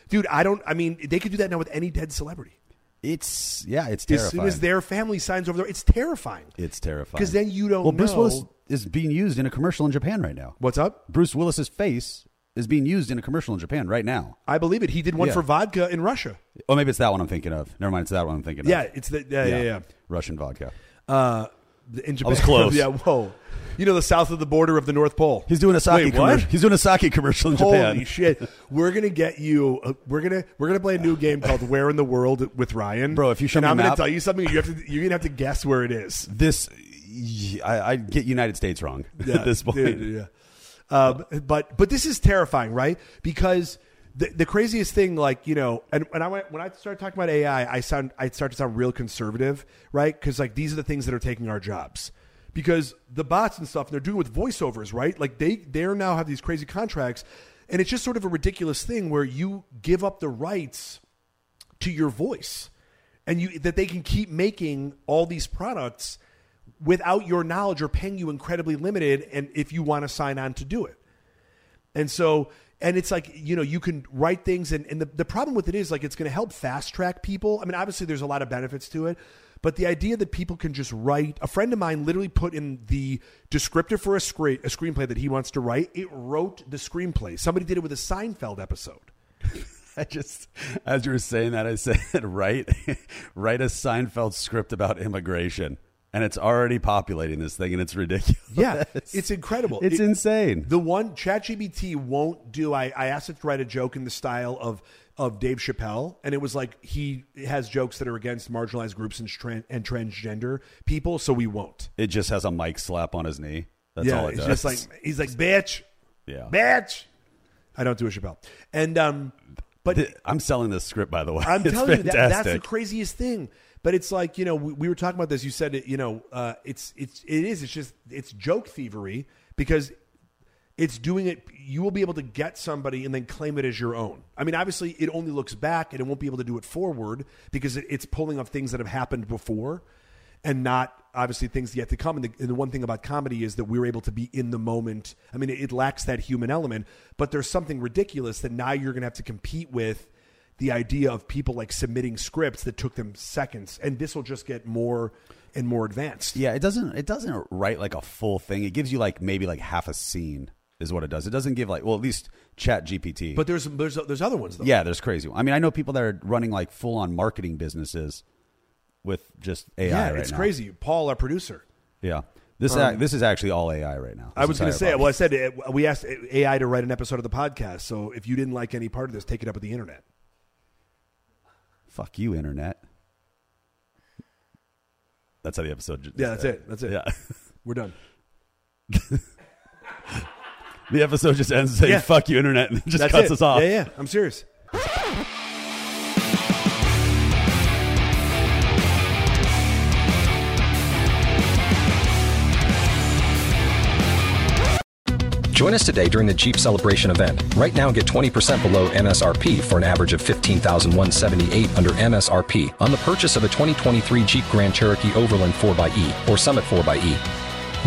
Speaker 1: dude, I don't. I mean, they could do that now with any dead celebrity.
Speaker 2: It's yeah, it's
Speaker 1: As
Speaker 2: terrifying.
Speaker 1: soon as their family signs over there, it's terrifying.
Speaker 2: it's terrifying
Speaker 1: 'Cause then you don't
Speaker 2: Well, Bruce
Speaker 1: know-
Speaker 2: Willis is being used in a commercial in Japan right now.
Speaker 1: What's up?
Speaker 2: Bruce Willis's face is being used in a commercial in Japan right now.
Speaker 1: I believe it. He did one
Speaker 2: Yeah.
Speaker 1: for vodka in Russia.
Speaker 2: Oh, maybe it's that one I'm thinking of. Never mind, it's that one I'm thinking of.
Speaker 1: Yeah, it's the yeah yeah yeah.
Speaker 2: Russian vodka.
Speaker 1: Uh, the- in Japan,
Speaker 2: was
Speaker 1: [LAUGHS]
Speaker 2: close.
Speaker 1: yeah, whoa. You know the south of the border of the North Pole.
Speaker 2: He's doing a sake
Speaker 1: Wait, what?
Speaker 2: commercial. He's doing a sake commercial in Japan.
Speaker 1: Holy
Speaker 2: [LAUGHS]
Speaker 1: shit! We're gonna get you. Uh, we're gonna we're gonna play a new game called Where in the World with Ryan,
Speaker 2: Bro, if you show
Speaker 1: and
Speaker 2: me a
Speaker 1: I'm gonna
Speaker 2: map-
Speaker 1: tell you something. You have to you're gonna have to guess where it is.
Speaker 2: This I, I get United States wrong [LAUGHS] at this point.
Speaker 1: Dude, yeah. Um, but but this is terrifying, right? Because the, the craziest thing, like you know, and when I went, when I started talking about AI, I sound I start to sound real conservative, right? Because like these are the things that are taking our jobs. Because the bots and stuff, and they're doing with voiceovers, right? Like they they now have these crazy contracts, and it's just sort of a ridiculous thing where you give up the rights to your voice and you that they can keep making all these products without your knowledge or paying you incredibly limited and if you want to sign on to do it and so and it's like you know you can write things and, and the, the problem with it is like it's going to help fast track people i mean obviously there's a lot of benefits to it but the idea that people can just write a friend of mine literally put in the descriptor for a, screen, a screenplay that he wants to write it wrote the screenplay somebody did it with a seinfeld episode
Speaker 2: [LAUGHS] I just, as you were saying that, I said, [LAUGHS] write, write a Seinfeld script about immigration, and it's already populating this thing, and it's ridiculous. [LAUGHS]
Speaker 1: Yeah, it's incredible.
Speaker 2: It's
Speaker 1: It-
Speaker 2: insane.
Speaker 1: The one ChatGPT won't do. I, I asked it to write a joke in the style of of Dave Chappelle, and it was like he has jokes that are against marginalized groups and, tran- and transgender people, so we won't.
Speaker 2: It just has a mic slap on his knee. That's
Speaker 1: yeah,
Speaker 2: all it
Speaker 1: it's
Speaker 2: does.
Speaker 1: just like he's like bitch,
Speaker 2: [LAUGHS] yeah.
Speaker 1: bitch. I don't do a Chappelle, and um, but
Speaker 2: Th- I'm selling this script, by the way.
Speaker 1: I'm
Speaker 2: [LAUGHS] it's
Speaker 1: telling
Speaker 2: fantastic.
Speaker 1: you, that, that's the craziest thing. But it's like you know, we, we were talking about this. You said it. You know, uh, it's it's it is. It's just it's joke thievery because it's doing it. You will be able to get somebody and then claim it as your own. I mean, obviously, it only looks back and it won't be able to do it forward because it, it's pulling up things that have happened before and not obviously things yet to come. And the, and the one thing about comedy is that we're able to be in the moment. I mean, it, it lacks that human element, but there's something ridiculous that now you're going to have to compete with the idea of people like submitting scripts that took them seconds. And this will just get more and more advanced.
Speaker 2: yeah, it doesn't. It doesn't write like a full thing. It gives you like maybe like half a scene is what it does. It doesn't give like well, at least Chat GPT.
Speaker 1: But there's there's there's other ones though.
Speaker 2: Yeah, there's crazy. one. I mean, I know people that are running like full on marketing businesses with just AI.
Speaker 1: yeah,
Speaker 2: right
Speaker 1: it's
Speaker 2: now.
Speaker 1: crazy. Paul, our producer.
Speaker 2: Yeah, this ac- this is actually all AI right now.
Speaker 1: I was going to say, well, I said uh, we asked AI to write an episode of the podcast. So if you didn't like any part of this, take it up with the internet.
Speaker 2: fuck you, internet. That's how [LAUGHS] the episode.
Speaker 1: Yeah, that's it. That's it.
Speaker 2: Yeah,
Speaker 1: We're done.
Speaker 2: The episode just ends saying
Speaker 1: Yeah.
Speaker 2: "fuck you, internet" and it just
Speaker 1: That's
Speaker 2: cuts
Speaker 1: it.
Speaker 2: us off.
Speaker 1: Yeah, yeah. I'm serious.
Speaker 6: Join us today during the Jeep Celebration event. Right now, get 20% below MSRP for an average of 15178 under MSRP on the purchase of a 2023 Jeep Grand Cherokee Overland 4xE or Summit 4xE.